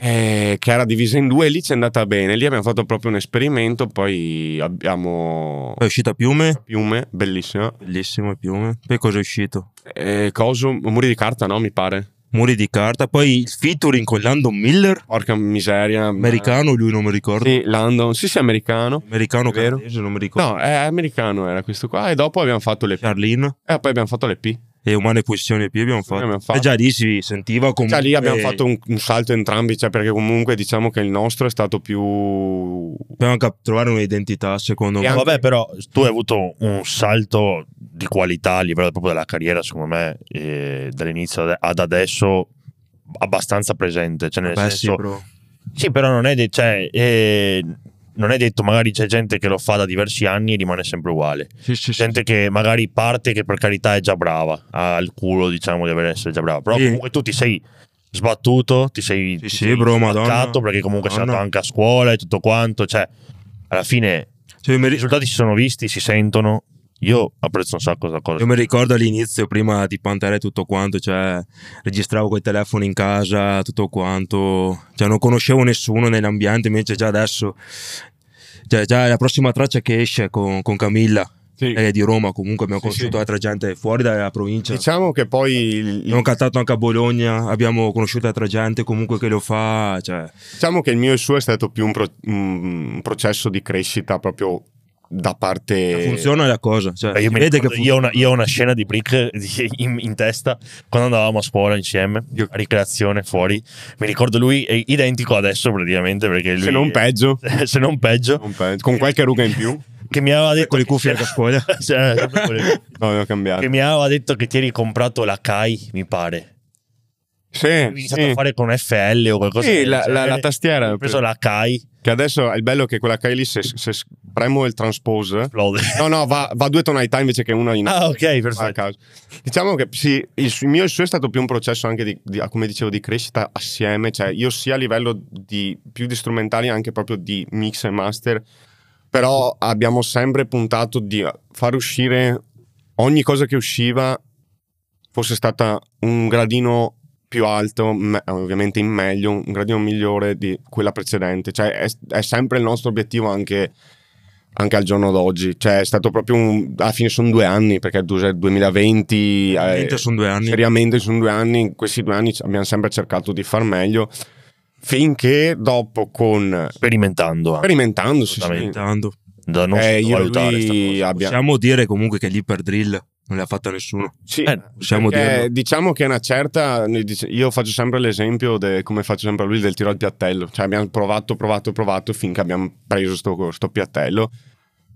[SPEAKER 3] Eh, che era divisa in due, lì ci è andata bene, lì abbiamo fatto proprio un esperimento, poi abbiamo
[SPEAKER 2] poi è uscita Piume
[SPEAKER 3] Piume, bellissima,
[SPEAKER 2] bellissimo Piume poi cosa è uscito
[SPEAKER 3] Eh, Coso, Muri di carta, no, mi pare,
[SPEAKER 2] Muri di carta poi il featuring con Landon Miller
[SPEAKER 3] porca miseria,
[SPEAKER 2] americano lui non mi ricordo
[SPEAKER 3] Sì, Landon, sì sì, americano.
[SPEAKER 2] americano
[SPEAKER 3] Vero.
[SPEAKER 2] canadese non mi ricordo
[SPEAKER 3] No, è americano era questo qua. E dopo abbiamo fatto l'EP.
[SPEAKER 2] Charlene
[SPEAKER 3] E poi abbiamo fatto l'EP.
[SPEAKER 2] e Umane Posizioni più abbiamo fatto.
[SPEAKER 3] abbiamo fatto.
[SPEAKER 2] e già lì si sentiva eh, comunque
[SPEAKER 3] Cioè, lì abbiamo fatto un, un salto entrambi, cioè, perché comunque diciamo che il nostro è stato più.
[SPEAKER 2] dobbiamo cap- trovare un'identità secondo
[SPEAKER 3] E
[SPEAKER 2] me
[SPEAKER 3] anche-
[SPEAKER 1] Vabbè, però tu hai avuto un salto di qualità a livello proprio della carriera, secondo me, eh, dall'inizio ad- ad adesso abbastanza presente. Cioè, nel
[SPEAKER 2] Beh, sì,
[SPEAKER 1] senso,
[SPEAKER 2] bro.
[SPEAKER 1] Sì, però non è, de- cioè, eh, non è detto, magari c'è gente che lo fa da diversi anni e rimane sempre uguale.
[SPEAKER 2] Sì, sì, sì.
[SPEAKER 1] Gente che magari parte che per carità è già brava, ha il culo diciamo di aver essere già brava, però
[SPEAKER 2] Sì.
[SPEAKER 1] comunque tu ti sei sbattuto, ti sei,
[SPEAKER 2] Sì,
[SPEAKER 1] ti
[SPEAKER 2] sì,
[SPEAKER 1] sei
[SPEAKER 2] bro,
[SPEAKER 1] spaccato,
[SPEAKER 2] Madonna.
[SPEAKER 1] perché comunque sei andato
[SPEAKER 2] Madonna.
[SPEAKER 1] anche a scuola e tutto quanto, cioè alla fine
[SPEAKER 2] Cioè, io mi
[SPEAKER 1] i
[SPEAKER 2] ri-
[SPEAKER 1] risultati si sono visti, si sentono. Io apprezzo un sacco questa cosa.
[SPEAKER 2] Io mi ricordo all'inizio, prima di pantare tutto quanto, cioè, registravo quei telefoni in casa, tutto quanto, cioè, non conoscevo nessuno nell'ambiente, invece già adesso, cioè, già la prossima traccia che esce con, con Camilla,
[SPEAKER 3] Sì.
[SPEAKER 1] Eh,
[SPEAKER 2] lei è di Roma, comunque abbiamo
[SPEAKER 3] Sì,
[SPEAKER 2] conosciuto
[SPEAKER 3] sì.
[SPEAKER 2] altra gente fuori dalla provincia.
[SPEAKER 3] Diciamo che poi. il-
[SPEAKER 2] Abbiamo cantato anche a Bologna, abbiamo conosciuto altra gente comunque che lo fa, cioè,
[SPEAKER 3] Diciamo che il mio e il suo è stato più un, pro- un processo di crescita proprio da parte.
[SPEAKER 2] funziona la cosa, cioè,
[SPEAKER 1] Beh, io
[SPEAKER 2] si
[SPEAKER 1] mi
[SPEAKER 2] vede che
[SPEAKER 1] ricordo- io ho
[SPEAKER 2] funziona.
[SPEAKER 1] una, io ho una scena di Brick eh, di- in, in testa quando andavamo a scuola insieme,
[SPEAKER 3] Io-
[SPEAKER 1] a ricreazione fuori. Mi ricordo lui è identico adesso praticamente perché lui,
[SPEAKER 3] Se non peggio.
[SPEAKER 1] (laughs) se non peggio,
[SPEAKER 3] Non peggio. Con qualche ruga in
[SPEAKER 1] (laughs)
[SPEAKER 3] più.
[SPEAKER 1] che mi aveva detto
[SPEAKER 2] Con le cuffie
[SPEAKER 1] che, (laughs)
[SPEAKER 2] anche a scuola.
[SPEAKER 1] Sì, eh, sempre con
[SPEAKER 3] (laughs)
[SPEAKER 1] le-
[SPEAKER 3] No, devo
[SPEAKER 1] che
[SPEAKER 3] cambiare.
[SPEAKER 1] mi aveva detto che ti eri comprato la Kai, mi pare.
[SPEAKER 3] Sì,
[SPEAKER 1] Avevi iniziato
[SPEAKER 3] Eh, sì.
[SPEAKER 1] a fare con FL o qualcosa
[SPEAKER 3] Sì,
[SPEAKER 1] del
[SPEAKER 3] la, la-
[SPEAKER 1] genere.
[SPEAKER 3] la tastiera.
[SPEAKER 1] Ho preso la Kai
[SPEAKER 3] Che Che adesso è il bello che quella K lì, se, se s- premo il transpose,
[SPEAKER 1] Esplode.
[SPEAKER 3] no, no, va, va due tonalità invece che una in
[SPEAKER 1] (laughs) Ah, ok,
[SPEAKER 3] a
[SPEAKER 1] perfetto.
[SPEAKER 3] caso. Diciamo che sì, il su- mio e il suo è stato più un processo anche di, di- come dicevo, di crescita assieme, cioè io sia a livello di, più di strumentali anche proprio di mix e master, però abbiamo sempre puntato di far uscire ogni cosa che usciva fosse stata un gradino più alto, me- ovviamente in meglio, un gradino migliore di quella precedente. Cioè, è, è sempre il nostro obiettivo anche, anche al giorno d'oggi. Cioè, è stato proprio un- alla fine sono due anni, perché tu sei il 2020. eh,
[SPEAKER 2] Veramente sono due anni.
[SPEAKER 3] seriamente sono due anni, in questi due anni abbiamo sempre cercato di far meglio. Finché dopo con
[SPEAKER 1] Sperimentando anche.
[SPEAKER 3] sperimentandosi, sì,
[SPEAKER 1] Assolutamente.
[SPEAKER 2] Tanto.
[SPEAKER 1] Da non
[SPEAKER 3] eh, io e
[SPEAKER 1] valutare sta
[SPEAKER 3] lui
[SPEAKER 1] cosa.
[SPEAKER 3] abbiamo-
[SPEAKER 2] Possiamo dire comunque che l'iperdrill non l'ha fatta nessuno.
[SPEAKER 3] sì,
[SPEAKER 1] Eh,
[SPEAKER 2] Possiamo
[SPEAKER 3] Perché
[SPEAKER 2] dirlo.
[SPEAKER 3] diciamo che è una certa. noi dice- Io faccio sempre l'esempio, de- come faccio sempre a lui, del tiro al piattello. Cioè, abbiamo provato, provato, provato finché abbiamo preso sto, sto piattello.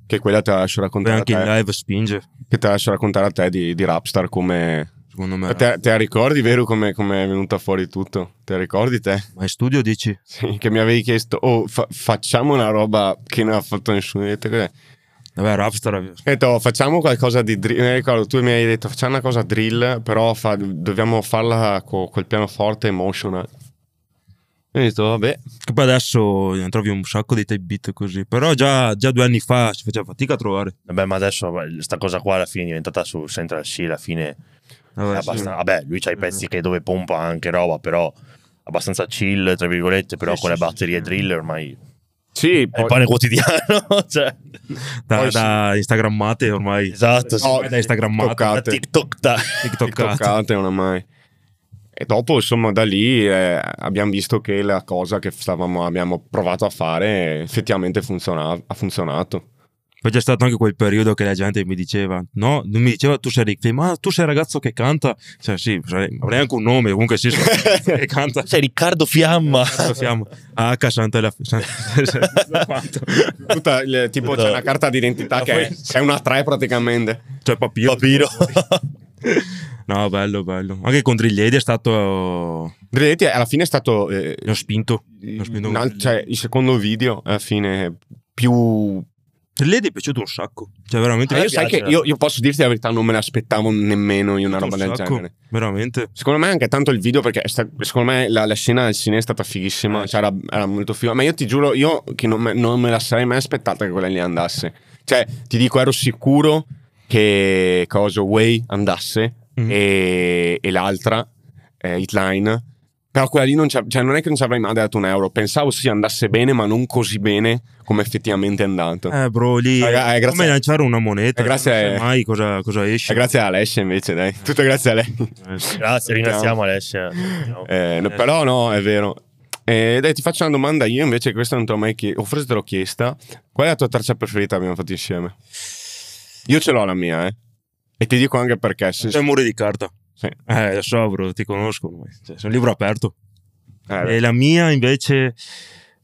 [SPEAKER 3] Che quella te la lascio
[SPEAKER 2] Poi
[SPEAKER 3] raccontare, a
[SPEAKER 2] anche in
[SPEAKER 3] te,
[SPEAKER 2] live spinge,
[SPEAKER 3] che te la lascio raccontare a te di, di Rapstar come.
[SPEAKER 2] secondo me.
[SPEAKER 3] Te, te la ricordi, vero, come, come è venuta fuori tutto? Te la ricordi te? (laughs)
[SPEAKER 2] Ma in studio dici?
[SPEAKER 3] Sì, che mi avevi chiesto, oh, fa- facciamo una roba che non ha fatto nessuno. Ho detto, "Cos'è?"
[SPEAKER 2] Vabbè, Rapstar
[SPEAKER 3] Ho detto, facciamo qualcosa di drill. Mi ricordo, tu mi hai detto, facciamo una cosa drill, però fa- dobbiamo farla co- col pianoforte emotional. E ho detto, vabbè.
[SPEAKER 2] Che poi adesso ne trovi un sacco di type beat così. Però già, già due anni fa si faceva fatica a trovare.
[SPEAKER 1] Vabbè, ma adesso vabbè, sta cosa qua alla fine è diventata su Central C, alla fine
[SPEAKER 2] Vabbè,
[SPEAKER 1] è
[SPEAKER 2] Eh, sì. Mm.
[SPEAKER 1] abbastanza... Vabbè, lui c'ha i pezzi che dove pompa anche roba, però abbastanza chill, tra virgolette, però
[SPEAKER 2] Sì,
[SPEAKER 1] con
[SPEAKER 2] sì,
[SPEAKER 1] le
[SPEAKER 2] sì,
[SPEAKER 1] batterie
[SPEAKER 2] sì.
[SPEAKER 1] drill ormai
[SPEAKER 3] Sì,
[SPEAKER 1] è il
[SPEAKER 3] poi,
[SPEAKER 1] pane quotidiano, (laughs) cioè,
[SPEAKER 2] Da,
[SPEAKER 3] poi
[SPEAKER 2] da instagrammate ormai.
[SPEAKER 1] esatto, sì.
[SPEAKER 3] No,
[SPEAKER 2] Ormai da instagrammate,
[SPEAKER 1] Da
[SPEAKER 3] toccate,
[SPEAKER 1] TikTok, da...
[SPEAKER 2] tiktokkate.
[SPEAKER 3] toccate oramai. E dopo, insomma, da lì eh, abbiamo visto che la cosa che stavamo, abbiamo provato a fare effettivamente funziona- ha funzionato.
[SPEAKER 2] Poi c'è stato anche quel periodo che la gente mi diceva, no, non mi diceva tu sei Rick Fame, ma tu sei il ragazzo che canta. Cioè sì, avrei avrei anche un nome, comunque sì, sono il ragazzo che canta.
[SPEAKER 1] Tu sei Riccardo
[SPEAKER 2] (laughs)
[SPEAKER 1] Fiamma.
[SPEAKER 2] Cazzo siamo? H Santa la... Cioè
[SPEAKER 3] Tutta il- tipo c'è una carta d'identità
[SPEAKER 2] Ma
[SPEAKER 3] che è,
[SPEAKER 2] poi-
[SPEAKER 3] è una 3 praticamente.
[SPEAKER 2] papiro. (laughs)
[SPEAKER 1] Papiro.
[SPEAKER 2] No, bello, bello. Anche con Drigledi è stato...
[SPEAKER 3] Drilletti alla fine è stato eh,
[SPEAKER 2] L'ho spinto. L'ho spinto
[SPEAKER 3] un
[SPEAKER 2] con
[SPEAKER 3] al- cioè, il secondo video alla fine più
[SPEAKER 2] Drigledi è piaciuto un sacco. Cioè veramente...
[SPEAKER 1] Ah,
[SPEAKER 3] io,
[SPEAKER 1] me
[SPEAKER 3] sai che
[SPEAKER 1] piace.
[SPEAKER 3] io, io posso dirti la verità non me l'aspettavo nemmeno io una
[SPEAKER 2] un
[SPEAKER 3] roba del
[SPEAKER 2] sacco,
[SPEAKER 3] genere
[SPEAKER 2] Veramente.
[SPEAKER 3] secondo me anche tanto il video perché è sta- secondo me la, la scena del cinema è stata fighissima
[SPEAKER 2] Eh.
[SPEAKER 3] cioè, era, era molto figo ma io ti giuro io che non me, non me la sarei mai aspettata che quella lì andasse cioè ti dico ero sicuro che cosa Way andasse
[SPEAKER 2] Mm.
[SPEAKER 3] e, e l'altra eh, Hitline però quella lì non, c'è- cioè, non è che non ci avrei mai dato un euro pensavo sì andasse bene ma non così bene come effettivamente è andato
[SPEAKER 2] Eh bro, lì
[SPEAKER 3] Raga, eh,
[SPEAKER 2] è
[SPEAKER 3] grazie-
[SPEAKER 2] come lanciare una moneta.
[SPEAKER 3] Eh, grazie-
[SPEAKER 2] Non sai mai cosa, cosa esce. Eh,
[SPEAKER 3] Eh, grazie a Alessia invece dai tutto grazie a lei
[SPEAKER 1] Grazie, ringraziamo Alessia.
[SPEAKER 2] Diciamo.
[SPEAKER 3] Eh, no, però no, è vero. Eh, dai, ti faccio una domanda io invece, questa non te l'ho mai chiesta, o forse te l'ho chiesta. Qual è la tua traccia preferita che abbiamo fatto insieme? Io ce l'ho la mia, eh. E ti dico anche perché. se-
[SPEAKER 2] C'è un muro di carta.
[SPEAKER 3] Sì.
[SPEAKER 2] Eh, lo so, bro, ti conosco. ormai. Cioè, sono un libro aperto.
[SPEAKER 3] eh,
[SPEAKER 2] E la mia, invece,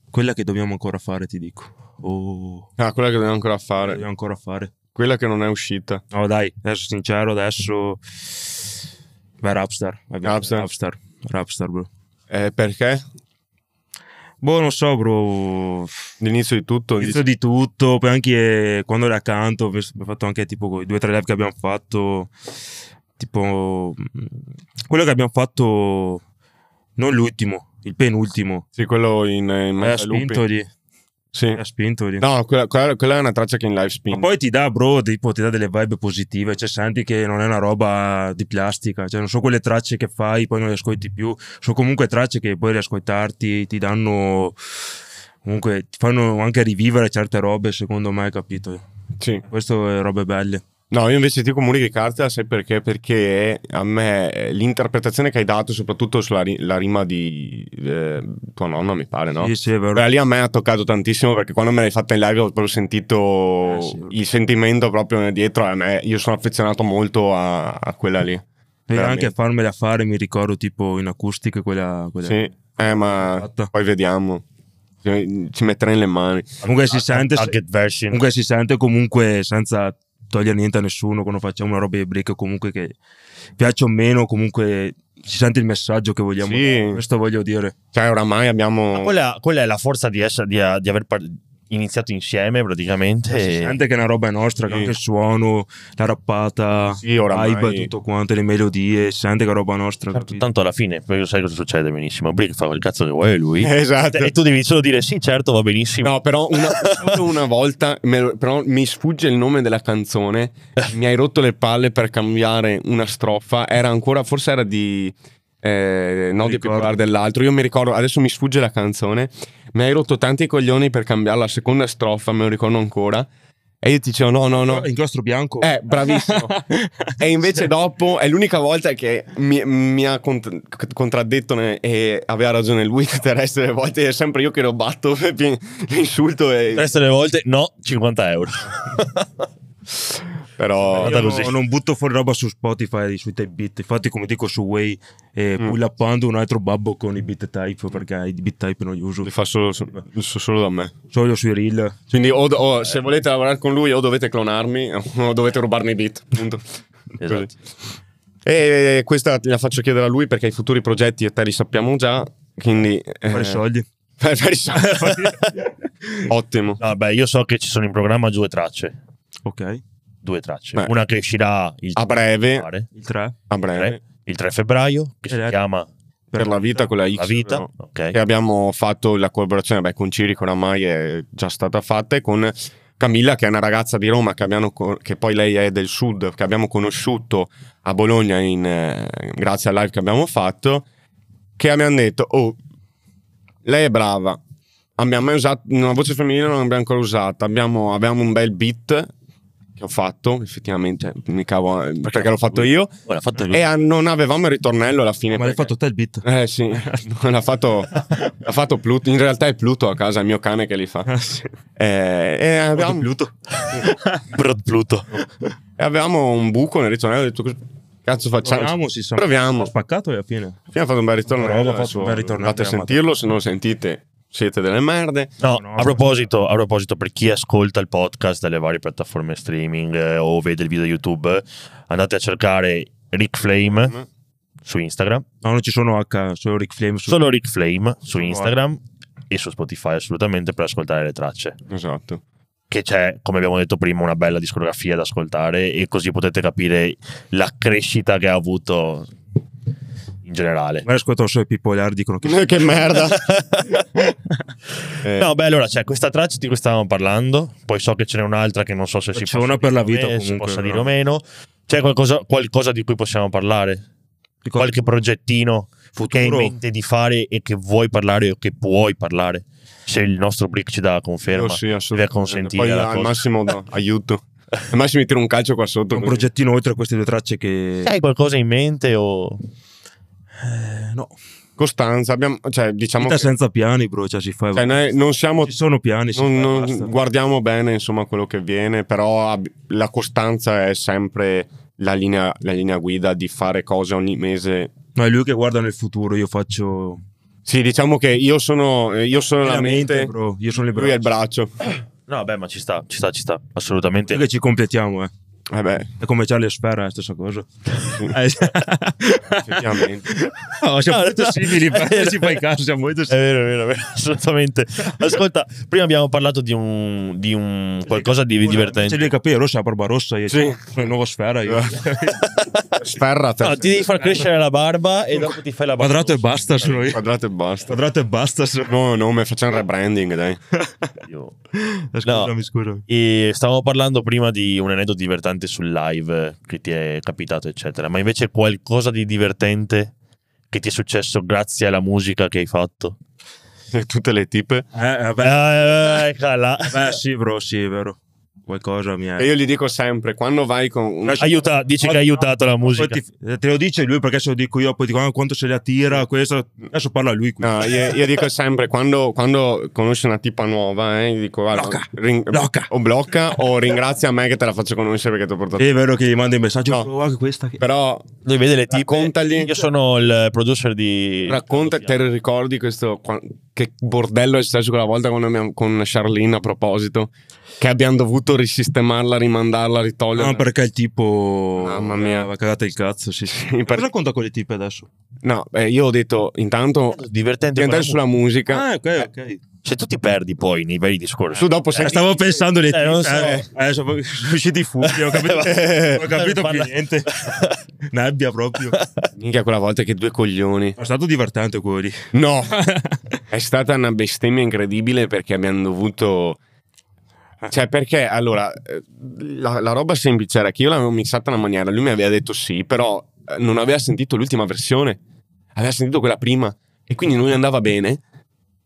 [SPEAKER 2] quella che dobbiamo ancora fare, ti dico. Oh,
[SPEAKER 3] ah, quella che dobbiamo ancora
[SPEAKER 2] quella che
[SPEAKER 3] fare.
[SPEAKER 2] dobbiamo ancora fare.
[SPEAKER 3] Quella che non è uscita.
[SPEAKER 2] No, dai, adesso sincero, adesso... Beh, Rapstar. Abbiamo-
[SPEAKER 3] Rapstar.
[SPEAKER 2] Rapstar. Rapstar, bro.
[SPEAKER 3] Eh, perché?
[SPEAKER 2] Boh, non so, bro.
[SPEAKER 3] L'inizio di tutto.
[SPEAKER 2] Visto di tutto, poi anche eh, quando era accanto, ho vis- ho fatto anche tipo quei due o tre live che abbiamo fatto, tipo mh, quello che abbiamo fatto, non l'ultimo, il penultimo,
[SPEAKER 3] Sì, quello in, in
[SPEAKER 2] Ma ha
[SPEAKER 3] mezzo ai lupi.
[SPEAKER 2] spinto lì.
[SPEAKER 3] Sì.
[SPEAKER 2] Ha spinto lì.
[SPEAKER 3] No, quella, quella- quella è una traccia che in live spinge.
[SPEAKER 2] Ma poi ti dà, bro, tipo, ti dà delle vibe positive, cioè senti che non è una roba di plastica, cioè non so quelle tracce che fai, poi non le ascolti più, sono comunque tracce che puoi riascoltarti, ti danno, comunque ti fanno anche rivivere certe robe, secondo me, capito?
[SPEAKER 3] Sì.
[SPEAKER 2] Questo è robe belle.
[SPEAKER 3] No, io invece ti dico muri di carta, sai perché? Perché a me eh, l'interpretazione che hai dato, soprattutto sulla ri- la rima di eh, tuo nonno, mi pare, no?
[SPEAKER 2] Sì, sì, è vero.
[SPEAKER 3] Quella lì a me ha toccato tantissimo perché quando me l'hai fatta in live ho proprio sentito
[SPEAKER 2] Eh, sì.
[SPEAKER 3] il sentimento proprio dietro a me. Io sono affezionato molto a, a quella
[SPEAKER 2] (laughs)
[SPEAKER 3] lì.
[SPEAKER 2] E
[SPEAKER 3] veramente.
[SPEAKER 2] anche farmela fare, mi ricordo, tipo in acustica, quella... quella
[SPEAKER 3] Sì, eh, ma
[SPEAKER 2] fatta.
[SPEAKER 3] poi vediamo. Ci ci metterei nelle mani.
[SPEAKER 2] Comunque
[SPEAKER 3] Ah,
[SPEAKER 2] si sente...
[SPEAKER 1] Ah, Target version.
[SPEAKER 2] Comunque si sente comunque senza togliere niente a nessuno quando facciamo una roba di break comunque che piaccia o meno comunque si sente il messaggio che vogliamo.
[SPEAKER 3] Sì.
[SPEAKER 2] dare, Questo voglio dire.
[SPEAKER 3] Cioè, oramai abbiamo...
[SPEAKER 1] Quella, quella è la forza di, essere, di, di aver par- iniziato insieme
[SPEAKER 2] Si
[SPEAKER 1] praticamente.
[SPEAKER 2] sente che è una roba è nostra, che
[SPEAKER 3] Sì.
[SPEAKER 2] anche il suono, la rappata,
[SPEAKER 3] Sì,
[SPEAKER 2] la
[SPEAKER 3] oramai... (laughs)
[SPEAKER 2] vibe, tutto quanto, le melodie, si sente che è roba nostra.
[SPEAKER 1] Certo,
[SPEAKER 2] capito?
[SPEAKER 1] tanto alla fine, perché sai cosa succede benissimo. Brick fa quel cazzo che vuole
[SPEAKER 3] (laughs)
[SPEAKER 1] lui.
[SPEAKER 3] Esatto.
[SPEAKER 2] Cioè,
[SPEAKER 1] E tu devi solo dire sì, certo, va benissimo.
[SPEAKER 3] No, però una, solo una volta, me lo- però mi sfugge il nome della canzone, mi hai rotto le palle per cambiare una strofa, era ancora, forse era di... Eh, no, di
[SPEAKER 2] ricordo.
[SPEAKER 3] Picolar dell'altro, io mi ricordo, adesso mi sfugge la canzone, mi hai rotto tanti coglioni per cambiare la seconda strofa, me lo ricordo ancora, e io ti dicevo no, no, no.
[SPEAKER 2] No, Inchiostro bianco.
[SPEAKER 3] Eh,
[SPEAKER 2] (laughs)
[SPEAKER 3] bravissimo. E invece dopo è l'unica volta che mi, mi ha cont- contraddetto ne- e aveva ragione lui (laughs) tutte le reste delle volte è sempre io che lo batto (laughs) e pi- insulto e...
[SPEAKER 1] Il
[SPEAKER 2] Eh
[SPEAKER 1] resto delle volte no, 50
[SPEAKER 3] (laughs)
[SPEAKER 1] euro.
[SPEAKER 3] però
[SPEAKER 1] Guarda
[SPEAKER 2] Io
[SPEAKER 1] così.
[SPEAKER 2] non butto fuori roba su Spotify sui te beat. Infatti, come dico su Way, eh,
[SPEAKER 3] Mm.
[SPEAKER 2] pullappando un altro babbo con i beat type perché i beat type non li uso.
[SPEAKER 3] li fa solo, solo da me
[SPEAKER 2] Solo sui reel.
[SPEAKER 3] quindi o, o se volete lavorare con lui o dovete clonarmi (laughs) o dovete rubarmi i beat
[SPEAKER 2] (laughs)
[SPEAKER 3] punto.
[SPEAKER 1] Esatto.
[SPEAKER 3] Così. e questa la faccio chiedere a lui perché i futuri progetti e te li sappiamo già quindi eh,
[SPEAKER 2] Fare
[SPEAKER 3] (laughs)
[SPEAKER 2] soldi.
[SPEAKER 3] fare- fare i soldi.
[SPEAKER 2] (laughs)
[SPEAKER 3] ottimo
[SPEAKER 1] No, beh, io so che ci sono in programma due tracce.
[SPEAKER 2] Ok.
[SPEAKER 1] Due tracce.
[SPEAKER 3] Beh.
[SPEAKER 1] Una che uscirà il
[SPEAKER 3] A breve.
[SPEAKER 1] febbraio,
[SPEAKER 2] Il 3.
[SPEAKER 3] a breve
[SPEAKER 1] tre- il 3 febbraio, che si
[SPEAKER 2] Eh,
[SPEAKER 1] chiama
[SPEAKER 3] per la vita quella X
[SPEAKER 1] La vita.
[SPEAKER 3] però. Eh.
[SPEAKER 1] Ok.
[SPEAKER 3] e abbiamo fatto la collaborazione beh, con Ciri che oramai è già stata fatta e con Camilla che è una ragazza di Roma che, abbiamo co- che poi lei è del sud che abbiamo conosciuto a Bologna in, eh, grazie al live che abbiamo fatto che abbiamo detto oh lei è brava abbiamo mai usato una voce femminile non l'abbiamo ancora usata abbiamo, avevamo un bel beat che ho fatto effettivamente mi cavo, eh, perché l'ho fatto io
[SPEAKER 1] Oh, l'ha fatta lui.
[SPEAKER 3] e ah, non avevamo il ritornello alla fine
[SPEAKER 2] Ma l'hai
[SPEAKER 3] perché-
[SPEAKER 2] fatto te il beat?
[SPEAKER 3] eh sì, l'ha fatto, l'ha fatto Pluto. In realtà è Pluto a casa, è il mio cane che li fa.
[SPEAKER 2] (laughs) Ah, sì.
[SPEAKER 3] Eh, e, avevamo,
[SPEAKER 2] Pluto.
[SPEAKER 1] Prod Pluto.
[SPEAKER 3] e avevamo un buco nel ritornello. Ho detto, "Cosa cazzo facciamo?
[SPEAKER 2] Proviamo, si sa.
[SPEAKER 3] Proviamo.
[SPEAKER 2] Ho spaccato e alla fine.
[SPEAKER 3] Abbiamo fatto un bel
[SPEAKER 2] Abbiamo
[SPEAKER 3] ritornello.
[SPEAKER 2] fatto un
[SPEAKER 3] adesso
[SPEAKER 2] bel ritornello,
[SPEAKER 3] Andate a
[SPEAKER 2] abbiamo
[SPEAKER 3] sentirlo, se non lo sentite siete delle merde.
[SPEAKER 1] No,
[SPEAKER 2] No, no.
[SPEAKER 1] a, proposito, a proposito, per chi ascolta il podcast dalle varie piattaforme streaming eh, o vede il video YouTube, eh, andate a cercare Rick Flame
[SPEAKER 2] Eh?
[SPEAKER 1] su Instagram.
[SPEAKER 2] No, non ci sono H, solo Rick Flame. Su...
[SPEAKER 1] Solo Rick Flame su
[SPEAKER 2] Sono-
[SPEAKER 1] Instagram e su Spotify assolutamente per ascoltare le tracce.
[SPEAKER 3] Esatto. (laughs)
[SPEAKER 1] Che c'è, come abbiamo detto prima, una bella discografia da ascoltare e così potete capire la crescita che ha avuto in generale.
[SPEAKER 2] Magari ascoltano solo i pipolari dicono che...
[SPEAKER 3] che merda. Eh,
[SPEAKER 1] (laughs) No, beh, allora c'è questa traccia di cui stavamo parlando, poi so che ce n'è un'altra che non so se si possa
[SPEAKER 2] C'è una
[SPEAKER 1] dire
[SPEAKER 2] per la
[SPEAKER 1] o me-
[SPEAKER 2] vita,
[SPEAKER 1] se
[SPEAKER 2] comunque,
[SPEAKER 1] possa
[SPEAKER 2] no?
[SPEAKER 1] dire o meno. C'è qualcosa, qualcosa di cui possiamo parlare?
[SPEAKER 2] Di cosa-
[SPEAKER 1] Qualche progettino che hai in
[SPEAKER 2] futuro.
[SPEAKER 1] mente di fare e che vuoi parlare o che puoi parlare? Se il nostro brick ci dà conferma.
[SPEAKER 3] io sì, assolutamente.
[SPEAKER 1] deve consentire
[SPEAKER 3] Poi
[SPEAKER 1] la
[SPEAKER 3] al
[SPEAKER 1] cosa.
[SPEAKER 3] massimo
[SPEAKER 2] (laughs)
[SPEAKER 3] no, aiuto. Al massimo mi tiro un calcio qua sotto.
[SPEAKER 2] Un
[SPEAKER 3] così.
[SPEAKER 2] progettino oltre a queste due tracce che...
[SPEAKER 1] Hai qualcosa in mente o...
[SPEAKER 2] Eh, no.
[SPEAKER 3] Costanza, abbiamo, cioè, diciamo
[SPEAKER 2] Vita
[SPEAKER 3] che,
[SPEAKER 2] senza piani, bro. Cioè, si fa...
[SPEAKER 3] cioè, noi non siamo
[SPEAKER 2] Ci sono piani, si
[SPEAKER 3] non,
[SPEAKER 2] fa,
[SPEAKER 3] non-
[SPEAKER 2] basta.
[SPEAKER 3] guardiamo bene insomma quello che viene, però ab- la costanza è sempre la linea, la linea guida di fare cose ogni mese.
[SPEAKER 2] No, è lui che guarda nel futuro, io faccio...
[SPEAKER 3] Sì, diciamo che io sono, eh, io sono
[SPEAKER 2] È
[SPEAKER 3] la
[SPEAKER 2] la mente,
[SPEAKER 3] mente,
[SPEAKER 2] bro. Io sono le
[SPEAKER 3] lui è il
[SPEAKER 2] braccia.
[SPEAKER 3] braccio.
[SPEAKER 1] No, beh, ma ci sta, ci sta, ci sta. Assolutamente.
[SPEAKER 2] Noi che ci completiamo, eh.
[SPEAKER 3] Eh beh,
[SPEAKER 2] È come Charlie Sfera, è la stessa cosa. Eh,
[SPEAKER 3] effettivamente.
[SPEAKER 1] (laughs)
[SPEAKER 2] No, siamo
[SPEAKER 1] No,
[SPEAKER 2] molto
[SPEAKER 1] no. Eh, (laughs)
[SPEAKER 2] simili, però ci fai caso, siamo molto
[SPEAKER 1] È
[SPEAKER 2] simili.
[SPEAKER 1] vero, è vero, è vero,
[SPEAKER 2] (laughs)
[SPEAKER 1] assolutamente. Ascolta, prima abbiamo parlato di un, di un qualcosa di
[SPEAKER 2] Se
[SPEAKER 1] divertente.
[SPEAKER 2] devi capire, rossa, barba rossa, io
[SPEAKER 3] Sì.
[SPEAKER 2] sono il nuovo Sfera, io.
[SPEAKER 3] Sferrate.
[SPEAKER 1] (laughs) No, ti devi far crescere la barba e dopo ti fai la barba.
[SPEAKER 2] (laughs) Quadrato e basta sono io.
[SPEAKER 3] Quadrato e basta.
[SPEAKER 2] Quadrato e basta sono
[SPEAKER 3] No, no, mi facciamo un rebranding, dai.
[SPEAKER 1] Io-
[SPEAKER 2] Scusami, scusami.
[SPEAKER 1] E stavamo parlando prima di un aneddoto divertente sul live eh, che ti è capitato, eccetera. Ma invece qualcosa di divertente che ti è successo grazie alla musica che hai fatto?
[SPEAKER 3] Tutte le tipe.
[SPEAKER 2] Eh,
[SPEAKER 1] Eh,
[SPEAKER 2] vabbè.
[SPEAKER 1] eh, eh, cala.
[SPEAKER 2] Beh, sì, bro, sì, è vero. Qualcosa mi
[SPEAKER 3] E
[SPEAKER 2] è...
[SPEAKER 3] io gli dico sempre, quando vai con... un-
[SPEAKER 1] Aiuta, dici che ha aiutato la
[SPEAKER 2] Poi
[SPEAKER 1] musica.
[SPEAKER 2] ti- eh, te lo dice lui perché se lo dico io, poi dico ah, quanto se la tira, questo. Adesso parla lui qui.
[SPEAKER 3] No, io, io dico sempre, quando, quando conosci una tipa nuova, eh, gli dico, guarda,
[SPEAKER 2] Blocca,
[SPEAKER 3] ring-
[SPEAKER 2] blocca.
[SPEAKER 3] o blocca o ringrazia me che te la faccio conoscere perché ti ho portato.
[SPEAKER 2] Sì, È vero che gli manda il messaggio,
[SPEAKER 3] No.
[SPEAKER 2] "Bro, guarda questa che...
[SPEAKER 3] Però
[SPEAKER 1] Lui vede le tipe.
[SPEAKER 3] Raccontagli.
[SPEAKER 1] Io sono il producer di...
[SPEAKER 3] racconta, te ricordi questo, qua- che bordello è successo quella volta con, abbiamo- con Charlene a proposito, che abbiamo dovuto risistemarla, rimandarla, ritoglierla.
[SPEAKER 2] No, Ah, perché il tipo...
[SPEAKER 3] Mamma mia.
[SPEAKER 2] Aveva cagato il cazzo, sì, sì.
[SPEAKER 3] Per-
[SPEAKER 2] Cosa conta con le tipe adesso?
[SPEAKER 3] No, eh, io ho detto intanto di
[SPEAKER 1] divertente
[SPEAKER 3] andare
[SPEAKER 1] quella-
[SPEAKER 3] sulla musica.
[SPEAKER 2] Ah, ok, ok.
[SPEAKER 1] se tu ti perdi poi nei veri discorsi
[SPEAKER 3] Su dopo
[SPEAKER 2] Eh,
[SPEAKER 3] senti-
[SPEAKER 2] stavo pensando le
[SPEAKER 1] Eh, non so.
[SPEAKER 2] eh, eh, sono sono usciti furbi, ho (laughs) capito, ho capito più
[SPEAKER 1] Parla-
[SPEAKER 2] (laughs) niente. Nebbia proprio.
[SPEAKER 3] Minchia quella volta che due coglioni.
[SPEAKER 2] È stato divertente quello lì.
[SPEAKER 3] No, è stata una bestemmia incredibile perché abbiamo dovuto. Cioè, perché allora eh, la, la roba semplice era che io l'avevo mixata in una maniera, lui mi aveva detto sì, però eh, non aveva sentito l'ultima versione, aveva sentito quella prima e quindi non gli andava bene,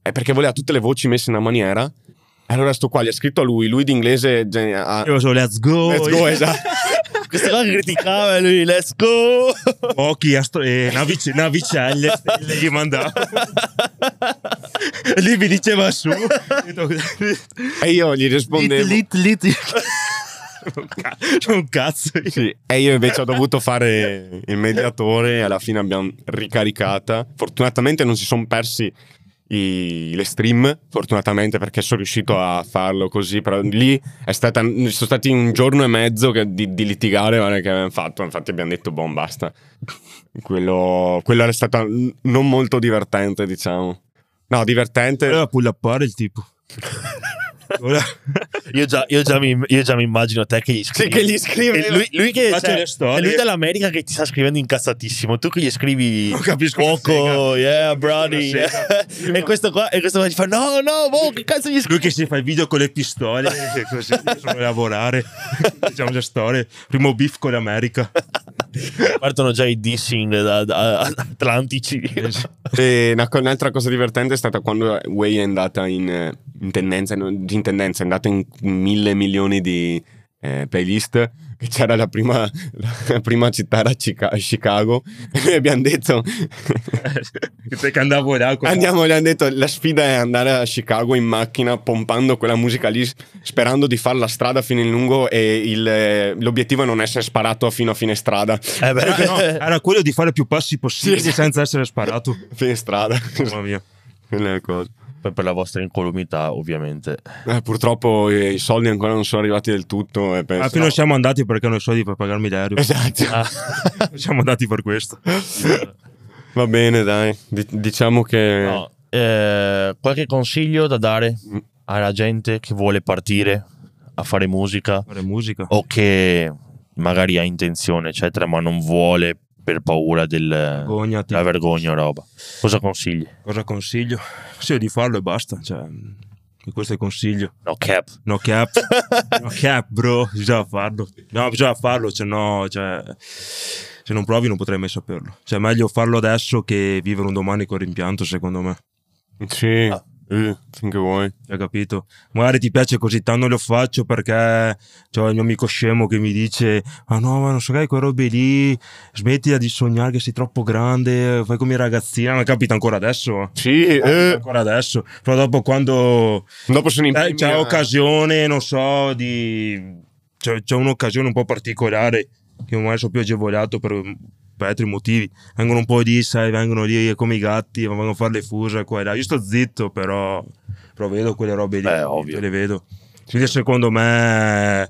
[SPEAKER 3] eh, perché voleva tutte le voci messe in una maniera. E allora sto qua, gli ha scritto a lui, lui d'inglese gen- ha-
[SPEAKER 2] Io sono let's go. (laughs)
[SPEAKER 3] Let's go,
[SPEAKER 1] (laughs)
[SPEAKER 3] esatto.
[SPEAKER 1] questo qua criticava e lui let's go
[SPEAKER 2] Pochi astro- eh, navice- navicelle stelle gli mandavo. E (laughs) Lì mi diceva su.
[SPEAKER 3] e io gli
[SPEAKER 2] lit,
[SPEAKER 3] rispondevo.
[SPEAKER 2] lit, lit. (laughs) Sono un cazzo.
[SPEAKER 3] Sì, e io invece ho dovuto fare il mediatore e alla fine abbiamo ricaricata. Fortunatamente non si sono persi i- le stream, fortunatamente perché sono riuscito a farlo così, però lì è stata, sono stati un giorno e mezzo che- di, di litigare guarda, che abbiamo fatto, infatti abbiamo detto boh basta. Quello, quello era stato non molto divertente diciamo. No, divertente.
[SPEAKER 2] Voleva pullappare il tipo. Voleva-
[SPEAKER 1] io già, io già mi, io già mi immagino te che gli scrivi
[SPEAKER 3] che gli scrive-
[SPEAKER 1] E lui, lui che
[SPEAKER 2] Faccio
[SPEAKER 1] cioè,
[SPEAKER 2] le storie.
[SPEAKER 1] è lui dell'America che ti sta scrivendo incazzatissimo tu che gli scrivi
[SPEAKER 2] Non capisco una
[SPEAKER 1] poco yeah brody (laughs)
[SPEAKER 2] Una
[SPEAKER 1] e questo qua e questo qua gli fa no no boh, che cazzo gli scrivi
[SPEAKER 2] (laughs) (laughs) Lui che si fa il video con le
[SPEAKER 3] (laughs)
[SPEAKER 2] pistole, e così (laughs) sono a lavorare. Diciamo le storie. Primo beef con l'America.
[SPEAKER 1] partono già i dissing da, da- atlantici
[SPEAKER 3] E una co- un'altra cosa divertente è stata quando Way è andata in, eh, in tendenza, no, di- in tendenza, è andata in mille milioni di eh, playlist. che C'era la prima, la prima città era Chica- Chicago e noi abbiamo (laughs) detto,
[SPEAKER 2] Perché andavo là con
[SPEAKER 3] andiamo, gli hanno detto la sfida è andare a Chicago in macchina pompando quella musica lì sperando di fare la strada fino in lungo e il, eh, l'obiettivo è non essere sparato fino a fine strada.
[SPEAKER 1] Eh, beh,
[SPEAKER 2] Perché Ah, no, era quello di fare più passi possibili
[SPEAKER 3] Sì, sì.
[SPEAKER 2] senza essere sparato.
[SPEAKER 3] Fine strada.
[SPEAKER 2] Mamma mia.
[SPEAKER 3] Quella è la cosa.
[SPEAKER 1] Poi per la vostra incolumità ovviamente
[SPEAKER 3] Eh, purtroppo eh, i soldi ancora non sono arrivati del tutto. E penso,
[SPEAKER 2] Alla fine Ah, non siamo andati perché non ho i soldi per pagarmi l'aereo.
[SPEAKER 3] (laughs) Esatto.
[SPEAKER 1] Ah.
[SPEAKER 2] Non siamo andati per
[SPEAKER 3] (laughs)
[SPEAKER 2] questo.
[SPEAKER 3] Va bene, dai. Di- diciamo che
[SPEAKER 1] No, eh, qualche consiglio da dare
[SPEAKER 3] Mm.
[SPEAKER 1] alla gente che vuole partire a fare musica
[SPEAKER 2] Fare musica.
[SPEAKER 3] Oh.
[SPEAKER 1] o che magari ha intenzione, eccetera, ma non vuole per paura della
[SPEAKER 2] Vergognati.
[SPEAKER 1] vergogna o roba. Cosa consigli?
[SPEAKER 2] Cosa consiglio? Sì, di farlo e basta. Cioè, che questo è il consiglio.
[SPEAKER 1] No cap.
[SPEAKER 2] No cap. (laughs)
[SPEAKER 3] (laughs)
[SPEAKER 2] no cap, bro. Bisogna farlo. No, bisogna farlo, se no, cioè, se non provi non potrai mai saperlo. Cioè, è meglio farlo adesso che vivere un domani con rimpianto, secondo me.
[SPEAKER 3] sì,
[SPEAKER 1] Ah.
[SPEAKER 3] eh, finché vuoi.
[SPEAKER 2] Hai capito? Magari ti piace così, tanto lo faccio perché c'ho il mio amico scemo che mi dice: Ah no, ma non so che hai quelle robe lì, smettila di sognare che sei troppo grande, fai come i ragazzina. Ma capita ancora adesso?
[SPEAKER 3] Sì, eh,
[SPEAKER 2] Ancora adesso, però dopo quando
[SPEAKER 3] dopo sono in
[SPEAKER 2] eh, c'è occasione, non so, di c'è, c'è un'occasione un po' particolare che magari sono più agevolato per, per altri motivi. Vengono un po' lì, sai, vengono lì come i gatti, vanno a fare le fusa qua e là. Io sto zitto, però, però vedo quelle robe lì,
[SPEAKER 1] Beh, ovvio.
[SPEAKER 2] le vedo. Quindi secondo me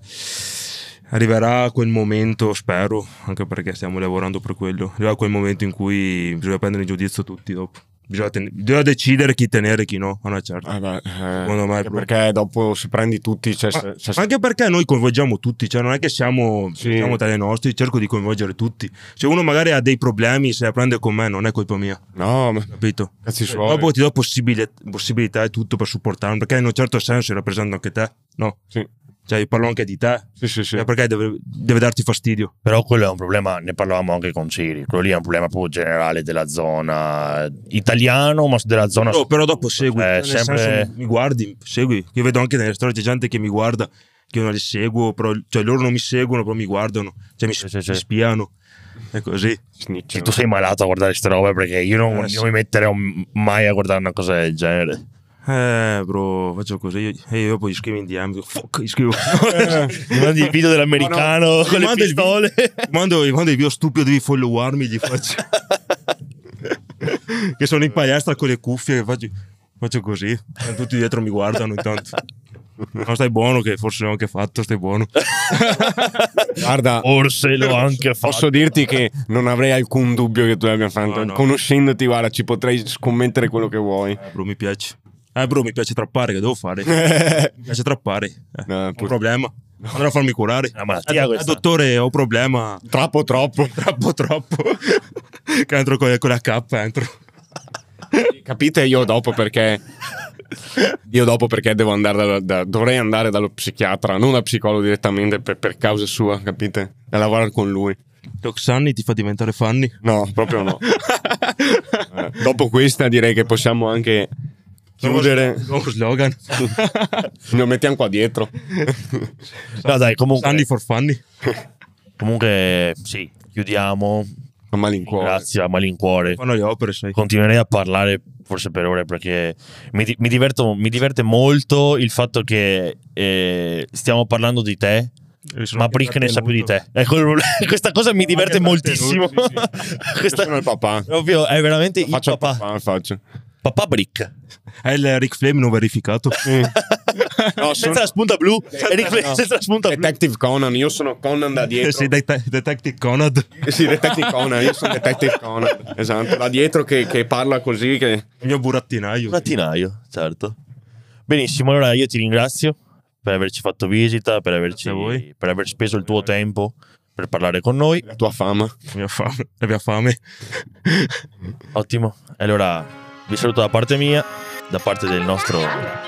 [SPEAKER 2] arriverà quel momento, spero, anche perché stiamo lavorando per quello, arriverà quel momento in cui bisogna prendere in giudizio tutti dopo. Bisogna, ten- bisogna decidere chi tenere e chi no, a una certa.
[SPEAKER 3] Ah, beh, eh,
[SPEAKER 2] Secondo me è
[SPEAKER 3] anche
[SPEAKER 2] proprio-
[SPEAKER 3] perché dopo se prendi tutti, cioè,
[SPEAKER 2] Ma-
[SPEAKER 3] se- se-
[SPEAKER 2] anche perché noi coinvolgiamo tutti, cioè non è che siamo,
[SPEAKER 3] Sì.
[SPEAKER 2] siamo tra i nostri, cerco di coinvolgere tutti. Se uno magari ha dei problemi, se la prende con me, non è colpa mia,
[SPEAKER 3] no, ma
[SPEAKER 2] capito?
[SPEAKER 3] cazzi suoi.
[SPEAKER 2] Dopo ti do possibili- possibilità e tutto per supportarmi, perché in un certo senso rappresento anche te, no?
[SPEAKER 3] Sì.
[SPEAKER 2] Cioè io parlo anche di te,
[SPEAKER 3] Sì, sì, sì.
[SPEAKER 2] cioè, perché deve, deve darti fastidio.
[SPEAKER 1] (laughs) Però quello è un problema, ne parlavamo anche con Ciri, quello lì è un problema proprio generale della zona eh, italiano, ma della zona...
[SPEAKER 2] No, però dopo segui,
[SPEAKER 1] Eh,
[SPEAKER 2] nel
[SPEAKER 1] sempre-
[SPEAKER 2] senso, mi guardi, segui. Io vedo anche nelle storie c'è gente che mi guarda, che io non li seguo, però, cioè loro non mi seguono, però mi guardano, cioè mi,
[SPEAKER 1] Sì, sì, sì.
[SPEAKER 2] mi spiano. È così.
[SPEAKER 3] Snitch.
[SPEAKER 1] Cioè, tu sei malato a guardare queste robe perché io non,
[SPEAKER 2] Eh,
[SPEAKER 1] non
[SPEAKER 2] sì.
[SPEAKER 1] mi metterei mai a guardare una cosa del genere.
[SPEAKER 2] Eh, bro, faccio così. Io, e io poi gli scrivo in DM. dico, Fuck, gli scrivo. (laughs)
[SPEAKER 1] Mi mandi il video dell'americano
[SPEAKER 2] No, no,
[SPEAKER 1] con
[SPEAKER 2] mi
[SPEAKER 1] le
[SPEAKER 2] manda il video. (laughs)
[SPEAKER 1] pistole.
[SPEAKER 2] Gli mando, gli mando il video stupido, devi
[SPEAKER 1] (laughs)
[SPEAKER 2] followarmi. Gli faccio. che sono in palestra con le cuffie. Che faccio. Faccio così. Tutti dietro mi guardano intanto. No, stai buono, che forse l'ho anche fatto, stai buono.
[SPEAKER 3] Guarda,
[SPEAKER 1] Forse l'ho anche fatto.
[SPEAKER 3] Posso dirti che non avrei alcun dubbio che tu l'abbia fatto.
[SPEAKER 2] No, no.
[SPEAKER 3] Conoscendoti, guarda, ci potrei scommettere quello che vuoi. (laughs)
[SPEAKER 2] Eh, bro, mi piace. Eh, bro, mi piace trappare, che devo fare? Mi
[SPEAKER 3] no,
[SPEAKER 2] piace trappare. Eh, ho un
[SPEAKER 3] pur-
[SPEAKER 2] problema. Andrò a farmi curare.
[SPEAKER 1] Una malattia
[SPEAKER 2] Eh,
[SPEAKER 1] questa.
[SPEAKER 2] dottore, ho un problema.
[SPEAKER 3] troppo, troppo.
[SPEAKER 2] Troppo, (laughs) troppo. che entro con, con la K, entro.
[SPEAKER 3] Capite io dopo perché. Io dopo perché devo andare dalla- da- dovrei andare dallo psichiatra, non da psicologo direttamente per, per causa sua, capite? Da lavorare con lui.
[SPEAKER 2] Toxanni ti fa diventare fanni?
[SPEAKER 3] No, proprio no. Eh, dopo questa direi che possiamo anche chiudere.
[SPEAKER 2] Nuovo slogan.
[SPEAKER 3] Lo mettiamo qua dietro.
[SPEAKER 1] No, dai,
[SPEAKER 2] Sanni
[SPEAKER 1] comunque,
[SPEAKER 2] for funny.
[SPEAKER 1] comunque sì, chiudiamo.
[SPEAKER 3] A malincuore.
[SPEAKER 1] Grazie a malincuore.
[SPEAKER 2] Fanno le opere, sai.
[SPEAKER 1] Continuerei a parlare forse per ore perché mi, di- mi diverto- mi diverte molto il fatto che eh, stiamo parlando di te, ma Brick ne sa più di te. Ecco il problema. (laughs) Questa cosa mi diverte
[SPEAKER 2] Anche
[SPEAKER 1] moltissimo.
[SPEAKER 2] trattenuto,
[SPEAKER 1] (laughs) Questa
[SPEAKER 3] Sono il papà.
[SPEAKER 1] proprio è veramente il
[SPEAKER 3] Faccio il
[SPEAKER 1] papà.
[SPEAKER 3] papà, faccio.
[SPEAKER 1] Papà Brick.
[SPEAKER 2] È Eh, il Rick Flame non verificato. (laughs)
[SPEAKER 1] (laughs) senza
[SPEAKER 3] No, sono-
[SPEAKER 1] la spunta blu. Eric Fle-
[SPEAKER 3] No.
[SPEAKER 1] Senza la spunta blu.
[SPEAKER 3] Detective Conan, io sono Conan da dietro.
[SPEAKER 2] Sei det- Detective Conad.
[SPEAKER 3] Eh sì, Detective Conan, io sono Detective Conan. Esatto, da dietro che, che parla così. Che...
[SPEAKER 2] Il mio burattinaio.
[SPEAKER 1] Burattinaio, certo. Benissimo, allora io ti ringrazio per averci fatto visita, per averci
[SPEAKER 2] Grazie a voi.
[SPEAKER 1] per aver speso il tuo tempo per parlare con noi.
[SPEAKER 3] La tua fama.
[SPEAKER 2] La mia fame. La mia fame.
[SPEAKER 1] Ottimo. E Allora vi saluto da parte mia, da parte del nostro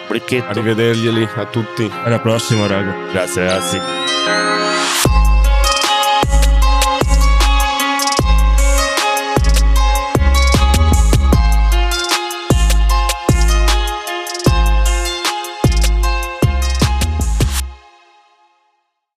[SPEAKER 1] bricchetto.
[SPEAKER 3] Arrivederglieli a tutti.
[SPEAKER 2] Alla prossima, raga.
[SPEAKER 1] Grazie ragazzi.
[SPEAKER 4] Thank